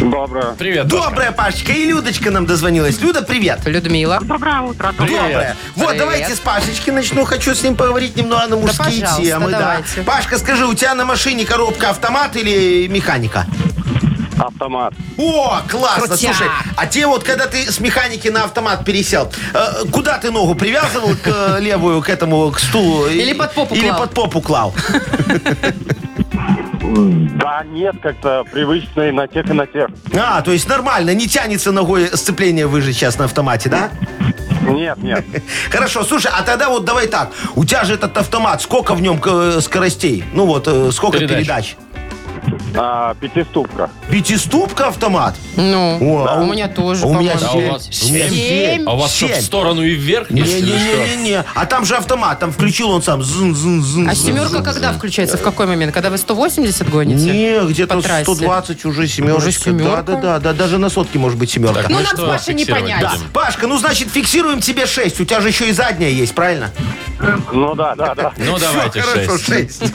[SPEAKER 6] Доброе.
[SPEAKER 2] Привет, Пашка.
[SPEAKER 4] Добрая Пашечка. И Людочка нам дозвонилась. Люда, привет.
[SPEAKER 3] Людмила.
[SPEAKER 7] Доброе утро.
[SPEAKER 4] Доброе. Вот,
[SPEAKER 3] Привет.
[SPEAKER 4] давайте с Пашечки начну. Хочу с ним поговорить немного на мужские
[SPEAKER 3] пожалуйста,
[SPEAKER 4] темы. да.
[SPEAKER 3] давайте.
[SPEAKER 4] Пашка, скажи, у тебя на машине коробка автомат или механика?
[SPEAKER 6] Автомат.
[SPEAKER 4] О, классно,
[SPEAKER 3] Крутяк.
[SPEAKER 4] слушай. А те вот, когда ты с механики на автомат пересел, э, куда ты ногу привязывал к э, левую, к этому, к стулу?
[SPEAKER 3] Или под попу
[SPEAKER 4] Или
[SPEAKER 3] клал?
[SPEAKER 4] под попу клал.
[SPEAKER 6] Да нет, как-то привычный на тех и на тех.
[SPEAKER 4] А, то есть нормально, не тянется ногой сцепление выжить сейчас на автомате, да?
[SPEAKER 6] Нет, *laughs* нет.
[SPEAKER 4] Хорошо, слушай, а тогда вот давай так. У тебя же этот автомат, сколько в нем э, скоростей? Ну вот, э, сколько
[SPEAKER 2] Передач.
[SPEAKER 4] передач?
[SPEAKER 6] А, пятиступка.
[SPEAKER 4] Пятиступка автомат?
[SPEAKER 3] Ну,
[SPEAKER 4] О,
[SPEAKER 3] а у меня тоже,
[SPEAKER 4] у меня
[SPEAKER 2] А
[SPEAKER 3] по-моему.
[SPEAKER 2] у
[SPEAKER 4] семь.
[SPEAKER 2] вас
[SPEAKER 4] У меня
[SPEAKER 3] семь?
[SPEAKER 2] А у вас что, в
[SPEAKER 4] Семь.
[SPEAKER 2] сторону и вверх? если ли что?
[SPEAKER 4] Не-не-не-не. А там же автомат, там включил он сам. Зын, зын, зын,
[SPEAKER 3] А
[SPEAKER 4] зын,
[SPEAKER 3] семерка
[SPEAKER 4] зын,
[SPEAKER 3] когда
[SPEAKER 4] зын.
[SPEAKER 3] включается? В какой момент? Когда вы 180 гоните?
[SPEAKER 4] Не,
[SPEAKER 3] по
[SPEAKER 4] где-то
[SPEAKER 3] трассе?
[SPEAKER 4] 120 уже семерочка.
[SPEAKER 3] Уже семерка?
[SPEAKER 4] Да, да, да, да, даже на сотке может быть семерка.
[SPEAKER 2] Так,
[SPEAKER 3] Ну,
[SPEAKER 2] мы
[SPEAKER 3] нам
[SPEAKER 2] что
[SPEAKER 3] с Пашей не
[SPEAKER 2] фиксировать
[SPEAKER 3] понять.
[SPEAKER 2] будем?
[SPEAKER 4] Да. Пашка, ну значит фиксируем тебе 6. У тебя же еще и задняя есть, правильно?
[SPEAKER 6] Ну да, да, да.
[SPEAKER 2] Ну,
[SPEAKER 4] Всё,
[SPEAKER 2] давайте
[SPEAKER 4] хорошо,
[SPEAKER 2] 6.
[SPEAKER 4] 6.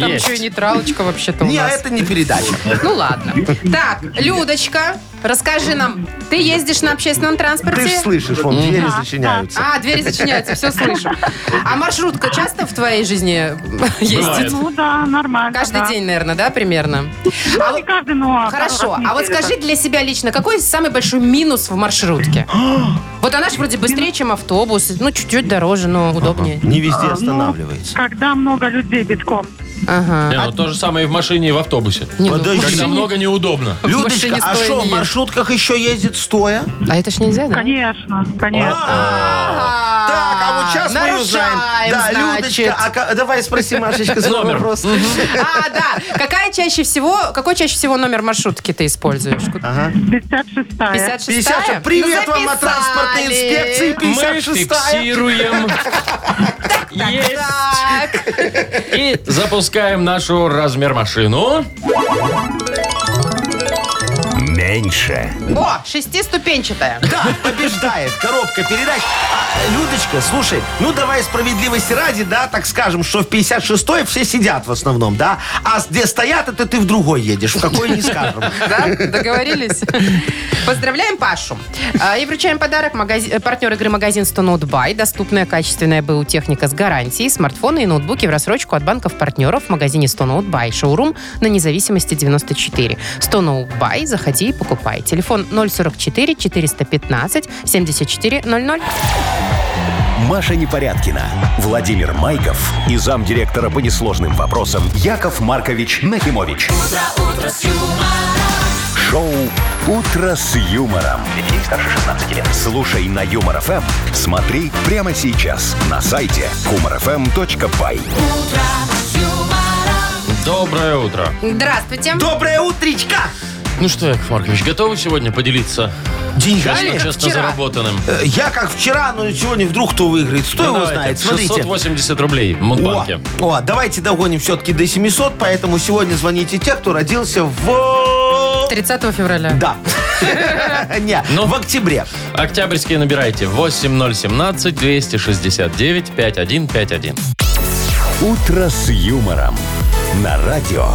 [SPEAKER 3] Там еще и нейтралочка вообще-то у
[SPEAKER 4] Не, а
[SPEAKER 3] нас.
[SPEAKER 4] это не передача.
[SPEAKER 3] Ну ладно. Так, Людочка, расскажи нам, ты ездишь на общественном
[SPEAKER 4] Ты же
[SPEAKER 3] транспорте?
[SPEAKER 4] слышишь, вон двери зачиняются.
[SPEAKER 3] А, двери зачиняются, все слышу. А маршрутка часто в твоей жизни *laughs* ездит?
[SPEAKER 7] Ну да, нормально.
[SPEAKER 3] Каждый
[SPEAKER 7] да.
[SPEAKER 3] день, наверное, да, примерно?
[SPEAKER 7] Ну, не каждый, но...
[SPEAKER 3] Хорошо,
[SPEAKER 7] пару раз в
[SPEAKER 3] а вот
[SPEAKER 7] неделю,
[SPEAKER 3] скажи для себя лично, какой самый большой минус в
[SPEAKER 4] *gasps*
[SPEAKER 3] маршрутке?
[SPEAKER 4] А!
[SPEAKER 3] Вот она же вроде быстрее, чем автобус, ну, чуть-чуть дороже, но удобнее.
[SPEAKER 4] Не везде
[SPEAKER 7] так.
[SPEAKER 4] останавливается.
[SPEAKER 7] Ну, когда много людей битком.
[SPEAKER 3] Ага.
[SPEAKER 2] Не, ну то же самое и в машине, и в автобусе.
[SPEAKER 3] Не, ну,
[SPEAKER 4] Подожди.
[SPEAKER 2] Когда
[SPEAKER 3] машине-
[SPEAKER 2] много неудобно.
[SPEAKER 3] в
[SPEAKER 4] Людочка,
[SPEAKER 3] машине
[SPEAKER 4] а
[SPEAKER 3] стоя
[SPEAKER 4] что, в
[SPEAKER 3] не
[SPEAKER 4] маршрутках еще ездит стоя?
[SPEAKER 3] *laughs* А это ж нельзя, да?
[SPEAKER 7] Конечно, конечно.
[SPEAKER 8] А.
[SPEAKER 4] А, Так, а вот сейчас мы
[SPEAKER 3] Нарушаем,
[SPEAKER 4] узнаем. Да, Людочка,
[SPEAKER 3] значит.
[SPEAKER 4] а ка- давай спроси Машечка свой
[SPEAKER 2] Номер.
[SPEAKER 4] вопрос.
[SPEAKER 3] А, да. Какая чаще всего, какой чаще всего номер маршрутки ты используешь?
[SPEAKER 4] Ага.
[SPEAKER 7] 56-я.
[SPEAKER 3] 56
[SPEAKER 4] 56 Привет вам от транспортной инспекции.
[SPEAKER 2] Мы
[SPEAKER 4] 56
[SPEAKER 2] фиксируем. Есть.
[SPEAKER 3] Так,
[SPEAKER 2] И запускаем нашу размер машину.
[SPEAKER 1] Меньше.
[SPEAKER 3] о, шестиступенчатая.
[SPEAKER 4] да, побеждает коробка передач. А, Людочка, слушай, ну давай справедливости ради, да, так скажем, что в 56-й все сидят в основном, да, а где стоят, это ты в другой едешь, в какой не скажем.
[SPEAKER 3] Да, *laughs* договорились? Поздравляем Пашу. А, И вручаем подарок магази- э, партнер игры магазин 100 Ноутбай. Доступная качественная БУ техника с гарантией, смартфоны и ноутбуки в рассрочку от банков-партнеров в магазине 100 Ноутбай. Шоурум на независимости 94. 100 Ноутбай. Заходи и покупай. Телефон 044 415 7400.
[SPEAKER 1] Маша Непорядкина, Владимир Майков и замдиректора по несложным вопросам Яков Маркович Нахимович. Шоу Утро с юмором. Детей старше 16 лет. Слушай на юмор ФМ. Смотри прямо сейчас на сайте humorfm.by.
[SPEAKER 2] Доброе утро.
[SPEAKER 3] Здравствуйте.
[SPEAKER 4] Доброе утречка!
[SPEAKER 2] Ну что, Яков Маркович, готовы сегодня поделиться
[SPEAKER 4] Деньгами?
[SPEAKER 2] честно, честно
[SPEAKER 3] вчера.
[SPEAKER 2] заработанным?
[SPEAKER 4] Э, Я как вчера, но сегодня вдруг кто выиграет. Кто его
[SPEAKER 2] Ну, Давайте,
[SPEAKER 4] знает? Смотрите.
[SPEAKER 2] 680 рублей в
[SPEAKER 4] О,
[SPEAKER 2] Мудбанке.
[SPEAKER 4] о, давайте догоним все-таки до 700, поэтому сегодня звоните те, кто родился в...
[SPEAKER 3] 30 февраля.
[SPEAKER 4] Да. *laughs* Не,
[SPEAKER 2] Ну?
[SPEAKER 4] в октябре.
[SPEAKER 2] Октябрьские набирайте 8017 269 5151.
[SPEAKER 1] Утро с юмором. На радио.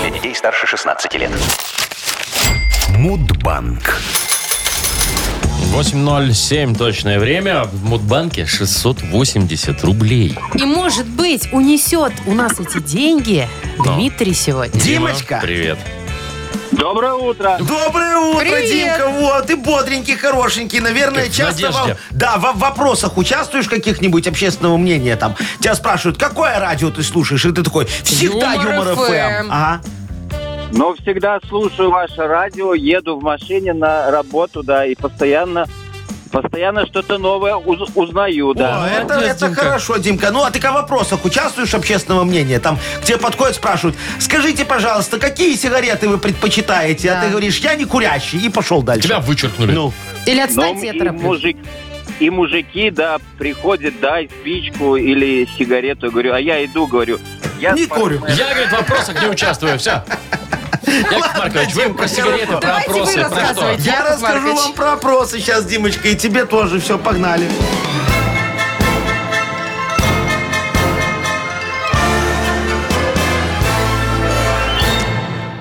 [SPEAKER 5] Для детей старше 16 лет.
[SPEAKER 1] Мудбанк.
[SPEAKER 2] 8.07 точное время. В Мудбанке 680 рублей.
[SPEAKER 3] И, может быть, унесет у нас эти деньги Дмитрий сегодня.
[SPEAKER 4] Димочка.
[SPEAKER 2] Привет.
[SPEAKER 6] Доброе утро.
[SPEAKER 4] Доброе утро,
[SPEAKER 3] Привет.
[SPEAKER 4] Димка. Вот, ты бодренький, хорошенький. Наверное,
[SPEAKER 2] Как в
[SPEAKER 4] часто
[SPEAKER 2] «Надежде».
[SPEAKER 4] во- да, во- в вопросах участвуешь каких-нибудь общественного мнения там. Тебя спрашивают, какое радио ты слушаешь? И ты такой, всегда
[SPEAKER 3] Юмор Эм.
[SPEAKER 4] Юмор
[SPEAKER 3] FM.
[SPEAKER 4] ФМ. Ага.
[SPEAKER 6] Но Ну, всегда слушаю ваше радио, еду в машине на работу, да, и постоянно, постоянно что-то новое уз- узнаю, да. Ну,
[SPEAKER 4] О, это,
[SPEAKER 2] молодец,
[SPEAKER 4] это
[SPEAKER 2] Димка.
[SPEAKER 4] хорошо, Димка. Ну, а ты в вопросах участвуешь общественного мнения? Там к тебе подходят, спрашивают, скажите, пожалуйста, какие сигареты вы предпочитаете?
[SPEAKER 3] Да.
[SPEAKER 4] А ты говоришь, я не курящий, и пошел дальше.
[SPEAKER 2] Тебя вычеркнули.
[SPEAKER 4] Ну,
[SPEAKER 3] Или
[SPEAKER 6] Но
[SPEAKER 3] отстаньте, я
[SPEAKER 6] и,
[SPEAKER 3] тороплюсь.
[SPEAKER 6] мужик, и мужики, да, приходят, дай спичку или сигарету, говорю, а я иду, говорю. Я
[SPEAKER 4] не
[SPEAKER 6] спортсмен.
[SPEAKER 4] курю.
[SPEAKER 2] Я, говорит, в вопросах не участвую. Все.
[SPEAKER 4] *laughs*
[SPEAKER 2] Яков Маркович, вы про сигареты, про
[SPEAKER 3] Давайте вы
[SPEAKER 2] опросы, про что?
[SPEAKER 3] рассказывайте.
[SPEAKER 4] Я
[SPEAKER 3] Яков
[SPEAKER 4] расскажу
[SPEAKER 3] Маркович.
[SPEAKER 4] вам про опросы сейчас, Димочка, и тебе тоже. Все, погнали.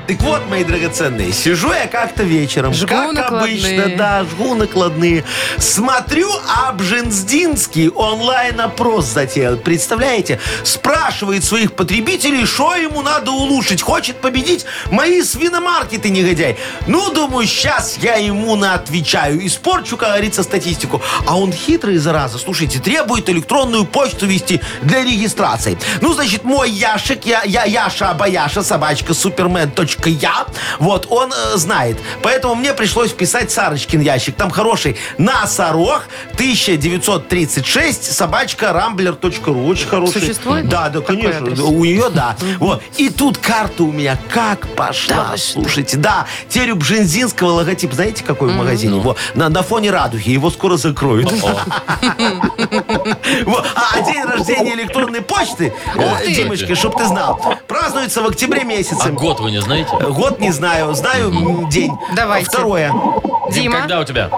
[SPEAKER 4] Так вот, мои драгоценные, сижу я как-то вечером,
[SPEAKER 3] Жгу
[SPEAKER 4] как
[SPEAKER 3] накладные.
[SPEAKER 4] обычно, да, жгу накладные. Смотрю, а Бженздинский онлайн-опрос затеял. Представляете? Спрашивает своих потребителей, что ему надо улучшить. Хочет победить мои свиномаркеты, негодяй. Ну, думаю, сейчас я ему наотвечаю. Испорчу, как говорится, статистику. А он хитрый, зараза. Слушайте, требует электронную почту вести для регистрации. Ну, значит, мой Яшек, я, я Яша Абаяша, собачка супермен.я, вот, он э, знает. Поэтому мне пришлось вписать Сарочкин ящик. Там хороший носорог 1936 собачка рамблер.ру. Очень хороший.
[SPEAKER 3] Существует?
[SPEAKER 4] Да, да,
[SPEAKER 3] Такой
[SPEAKER 4] конечно.
[SPEAKER 3] адрес?
[SPEAKER 4] У нее, да. Вот. И тут карта у меня как пошла. Слушайте, да. Теперь у Бжензинского логотип, знаете, какой в
[SPEAKER 3] Ну.
[SPEAKER 4] магазине? Во, на, на фоне радуги. Его скоро закроют. Вот. А а день рождения электронной почты,
[SPEAKER 2] Ух ты.
[SPEAKER 4] Димочка, чтоб ты знал, празднуется в октябре месяце.
[SPEAKER 2] А год вы не знаете?
[SPEAKER 4] Год не знаю, знаю м, день.
[SPEAKER 3] Давайте.
[SPEAKER 4] Второе.
[SPEAKER 2] Дим,
[SPEAKER 3] Дима?
[SPEAKER 2] когда у тебя?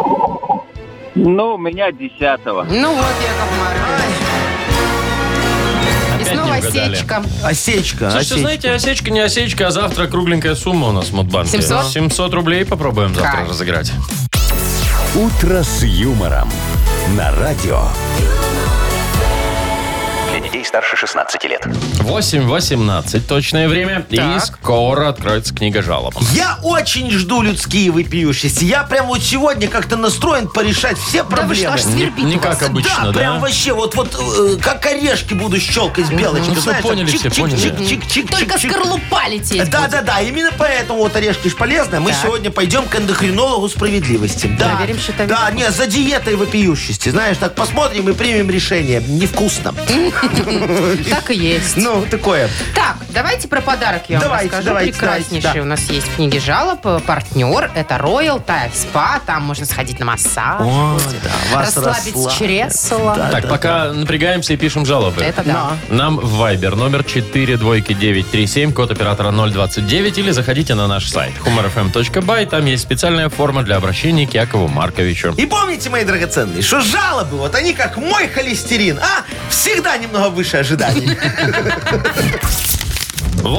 [SPEAKER 6] Ну, у меня десятого.
[SPEAKER 3] Ну вот, Яков Маркович. И
[SPEAKER 2] Опять
[SPEAKER 3] снова
[SPEAKER 2] не угадали.
[SPEAKER 3] осечка.
[SPEAKER 4] Осечка.
[SPEAKER 2] Слушайте,
[SPEAKER 4] осечка.
[SPEAKER 2] знаете, осечка, не осечка, а завтра кругленькая сумма у нас в Мудбанке.
[SPEAKER 3] 700?
[SPEAKER 2] 700 рублей попробуем завтра
[SPEAKER 3] Кайф.
[SPEAKER 2] разыграть.
[SPEAKER 1] «Утро с юмором» на радио.
[SPEAKER 5] Для детей старше 16 лет.
[SPEAKER 2] 8.18 точное время. И скоро откроется книга жалоб.
[SPEAKER 4] Я очень жду людские выпиющести. Я прям вот сегодня как-то настроен порешать
[SPEAKER 3] Да
[SPEAKER 4] все
[SPEAKER 3] вы что,
[SPEAKER 4] проблемы.
[SPEAKER 3] аж свербит
[SPEAKER 2] Не
[SPEAKER 3] у вас.
[SPEAKER 2] как обычно,
[SPEAKER 4] да, прям
[SPEAKER 2] да?
[SPEAKER 4] вообще, вот, вот э, как орешки буду щелкать, белочка.
[SPEAKER 2] Ну, всё
[SPEAKER 4] знаешь,
[SPEAKER 2] поняли все, поняли.
[SPEAKER 4] чик-чик-чик-чик-чик-чик.
[SPEAKER 3] Только скорлупа лететь
[SPEAKER 4] Да,
[SPEAKER 3] будет.
[SPEAKER 4] да, да. Именно поэтому вот орешки ж полезны. Мы сегодня пойдем к эндокринологу справедливости. Да.
[SPEAKER 3] Проверим щитовидку.
[SPEAKER 4] Да, не, за диетой вопиющести. Знаешь, так посмотрим и примем решение. Невкусно.
[SPEAKER 3] Так и есть.
[SPEAKER 4] Ну, такое.
[SPEAKER 3] Так, давайте про подарок я вам
[SPEAKER 4] Давайте,
[SPEAKER 3] расскажу.
[SPEAKER 4] давайте,
[SPEAKER 3] Прекраснейший
[SPEAKER 4] давайте, да.
[SPEAKER 3] у нас есть книги жалоб. э, Партнер, это Royal Thai Spa. Там можно сходить на массаж.
[SPEAKER 4] О, да, вас
[SPEAKER 3] расслабить
[SPEAKER 4] расслабит.
[SPEAKER 3] чресло.
[SPEAKER 2] Так, пока напрягаемся и пишем жалобы.
[SPEAKER 3] Это да.
[SPEAKER 2] Нам в Viber номер 42937, код оператора 029, или заходите на наш сайт humorfm.by. Там есть специальная форма для обращения к Якову Марковичу.
[SPEAKER 4] И помните, мои драгоценные, что жалобы, вот они как мой холестерин, а? Всегда немного
[SPEAKER 3] *laughs*
[SPEAKER 4] выше ожиданий.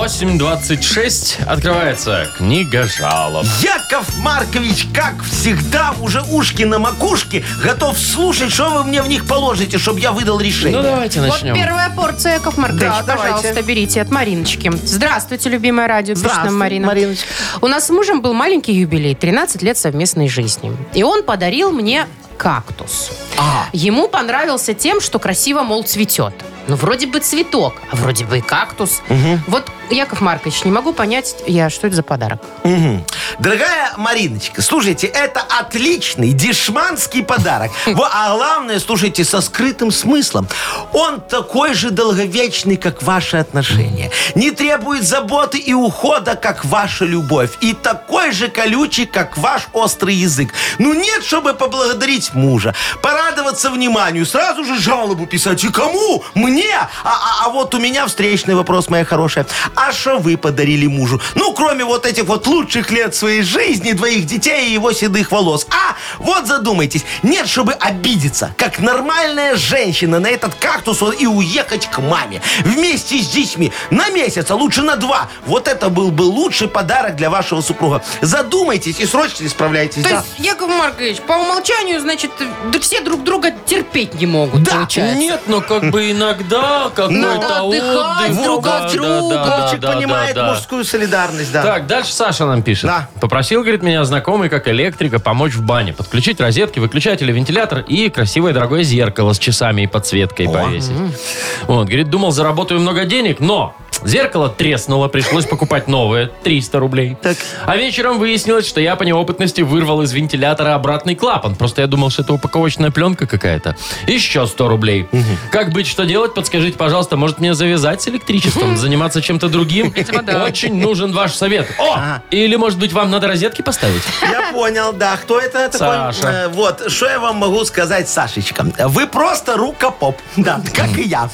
[SPEAKER 2] 8.26 открывается книга жалоб.
[SPEAKER 4] Яков Маркович, как всегда, уже ушки на макушке, готов слушать, что вы мне в них положите, чтобы я выдал решение.
[SPEAKER 2] Ну, давайте
[SPEAKER 3] Вот
[SPEAKER 2] начнем.
[SPEAKER 3] первая порция, Яков Маркович,
[SPEAKER 4] Да, давайте.
[SPEAKER 3] пожалуйста, берите от Мариночки. Здравствуйте, любимая радио. пишет нам
[SPEAKER 4] Здравствуй,
[SPEAKER 3] Марина.
[SPEAKER 4] Мариночка.
[SPEAKER 3] У нас с мужем был маленький юбилей, 13 лет совместной жизни. И он подарил мне кактус.
[SPEAKER 4] А.
[SPEAKER 3] Ему понравился тем, что красиво, мол, цветет. Ну, вроде бы цветок, а вроде бы и кактус. Вот, Яков Маркович, не могу понять, я что это за подарок.
[SPEAKER 4] Мгм. Дорогая Мариночка, слушайте, это отличный дешманский подарок. Во, А главное, слушайте, со скрытым смыслом. Он такой же долговечный, как ваши отношения. Не требует заботы и ухода, как ваша любовь. И такой же колючий, как ваш острый язык. Ну нет, чтобы поблагодарить мужа, порадоваться вниманию, сразу же жалобу писать. И кому? Мне? А, а- а вот у меня встречный вопрос, моя хорошая. А что вы подарили мужу? Ну, кроме вот этих вот лучших лет своей жизни, двоих детей и его седых волос. А, вот задумайтесь. Нет, чтобы обидеться, как нормальная женщина на этот кактус вот и уехать к маме. Вместе с детьми. На месяц, а лучше на два. Вот это был бы лучший подарок для вашего супруга. Задумайтесь и срочно исправляйтесь.
[SPEAKER 3] То
[SPEAKER 4] да.
[SPEAKER 3] есть, Яков Маркович, по умолчанию, значит, да все друг друга терпеть не могут,
[SPEAKER 4] Да,
[SPEAKER 3] получается.
[SPEAKER 2] Нет, но как бы иногда какой-то
[SPEAKER 3] Надо отдыхать
[SPEAKER 2] отдых.
[SPEAKER 3] друг
[SPEAKER 2] да,
[SPEAKER 3] от
[SPEAKER 2] да, да,
[SPEAKER 3] друга.
[SPEAKER 2] да,
[SPEAKER 4] Вовчик
[SPEAKER 2] да, да,
[SPEAKER 4] понимает
[SPEAKER 2] да.
[SPEAKER 4] мужскую солидарность, да.
[SPEAKER 2] Так, дальше Саша нам пишет.
[SPEAKER 4] Да.
[SPEAKER 2] Попросил, говорит, меня знакомый как электрика помочь в бане. Подключить розетки, выключатели, вентилятор и красивое дорогое зеркало с часами и подсветкой повесить. Вот, говорит, думал, заработаю много денег, но зеркало треснуло, пришлось покупать новое, 300 рублей. А вечером выяснилось, что я по неопытности вырвал из вентилятора обратный клапан. Просто я думал, что это упаковочная пленка какая-то. Еще 100 рублей. Как быть, что делать? Подскажите, пожалуйста, может мне завязать с электричеством, заниматься чем-то другим? Очень нужен ваш совет. О! Или, может быть, вам надо розетки поставить?
[SPEAKER 4] Я понял, да. Кто это такой?
[SPEAKER 2] Саша.
[SPEAKER 4] Э, Вот, что я вам могу сказать, Сашечка. Вы просто рукопоп. Да, как и я.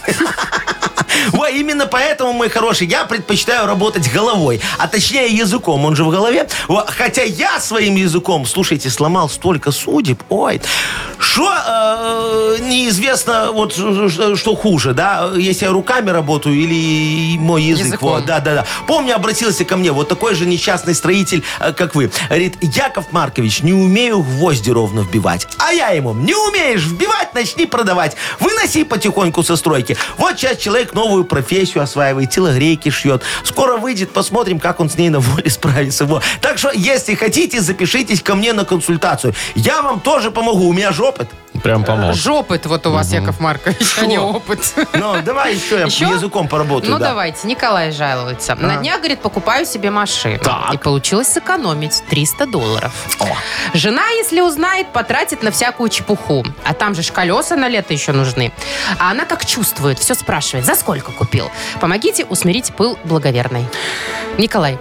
[SPEAKER 4] Во, именно поэтому, мой хороший, я предпочитаю работать головой, а точнее языком, он же в голове. Во, хотя я своим языком, слушайте, сломал столько судеб, ой, что э, неизвестно, вот что что хуже, да, если я руками работаю или мой язык.
[SPEAKER 3] Языком.
[SPEAKER 4] Вот, да, да, да. Помню, обратился ко мне вот такой же несчастный строитель, э, как вы. Говорит, Яков Маркович, не умею гвозди ровно вбивать. А я ему, не умеешь вбивать, начни продавать. Выноси потихоньку со стройки. Вот сейчас человек новую профессию осваивает, телогрейки шьет. Скоро выйдет, посмотрим, как он с ней на воле *laughs* справится. Вот. Так что, если хотите, запишитесь ко мне на консультацию. Я вам тоже помогу, у меня же опыт.
[SPEAKER 2] Прям помог.
[SPEAKER 3] Жопыт вот у вас, Яков Маркович, а не опыт.
[SPEAKER 4] Ну, давай еще я
[SPEAKER 3] Еще?
[SPEAKER 4] языком поработаю.
[SPEAKER 3] Ну
[SPEAKER 4] да.
[SPEAKER 3] давайте, Николай жалуется. На днях, говорит, покупаю себе машину.
[SPEAKER 4] Так.
[SPEAKER 3] И получилось сэкономить 300 долларов. Жена, если узнает, потратит на всякую чепуху. А там же ж колеса на лето еще нужны. А она как чувствует, все спрашивает, за сколько купил. Помогите усмирить пыл благоверной. Николай,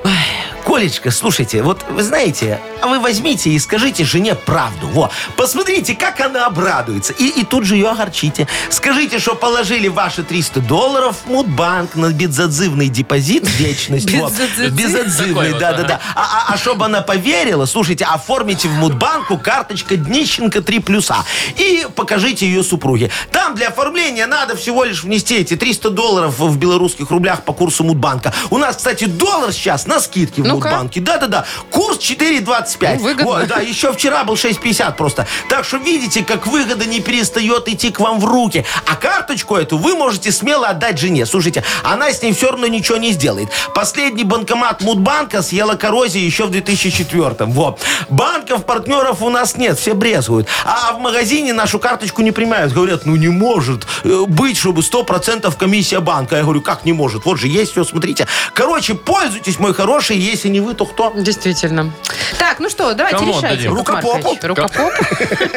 [SPEAKER 4] Колечка, слушайте, вот вы знаете, а вы возьмите и скажите жене правду. Во, посмотрите, как она обрадуется. И, и тут же ее огорчите. Скажите, что положили ваши 300 долларов в Мудбанк на безотзывный депозит в вечность. Во.
[SPEAKER 3] Безотзывный.
[SPEAKER 2] Такой
[SPEAKER 4] Безотзывный,
[SPEAKER 2] вот,
[SPEAKER 4] да-да-да. А, а, чтобы она поверила, слушайте, оформите в Мудбанку карточка Днищенко 3 плюса и покажите ее супруге. Там для оформления надо всего лишь внести эти 300 долларов в белорусских рублях по курсу Мудбанка. У нас, кстати, доллар сейчас на скидке в
[SPEAKER 3] Ну-ка.
[SPEAKER 4] Мудбанке. Да-да-да. Курс 4,25.
[SPEAKER 3] Ну, выгодно.
[SPEAKER 4] Вот, да, еще вчера был 6,50 просто. Так что видите, как выгода не перестает идти к вам в руки. А карточку эту вы можете смело отдать жене. Слушайте, она с ней все равно ничего не сделает. Последний банкомат Мудбанка съела коррозия еще в 2004 Вот. Банков, партнеров у нас нет, все брезгуют. А в магазине нашу карточку не принимают. Говорят, ну не может э, быть, чтобы 100% комиссия банка. Я говорю, как не может? Вот же есть все, смотрите. Короче, пользуйтесь, мой хороший, если не вы, то кто?
[SPEAKER 3] действительно. Так, ну что, давайте
[SPEAKER 2] Кому
[SPEAKER 3] решайте.
[SPEAKER 2] отдадим?
[SPEAKER 3] Яков Маркович. Рукопоп?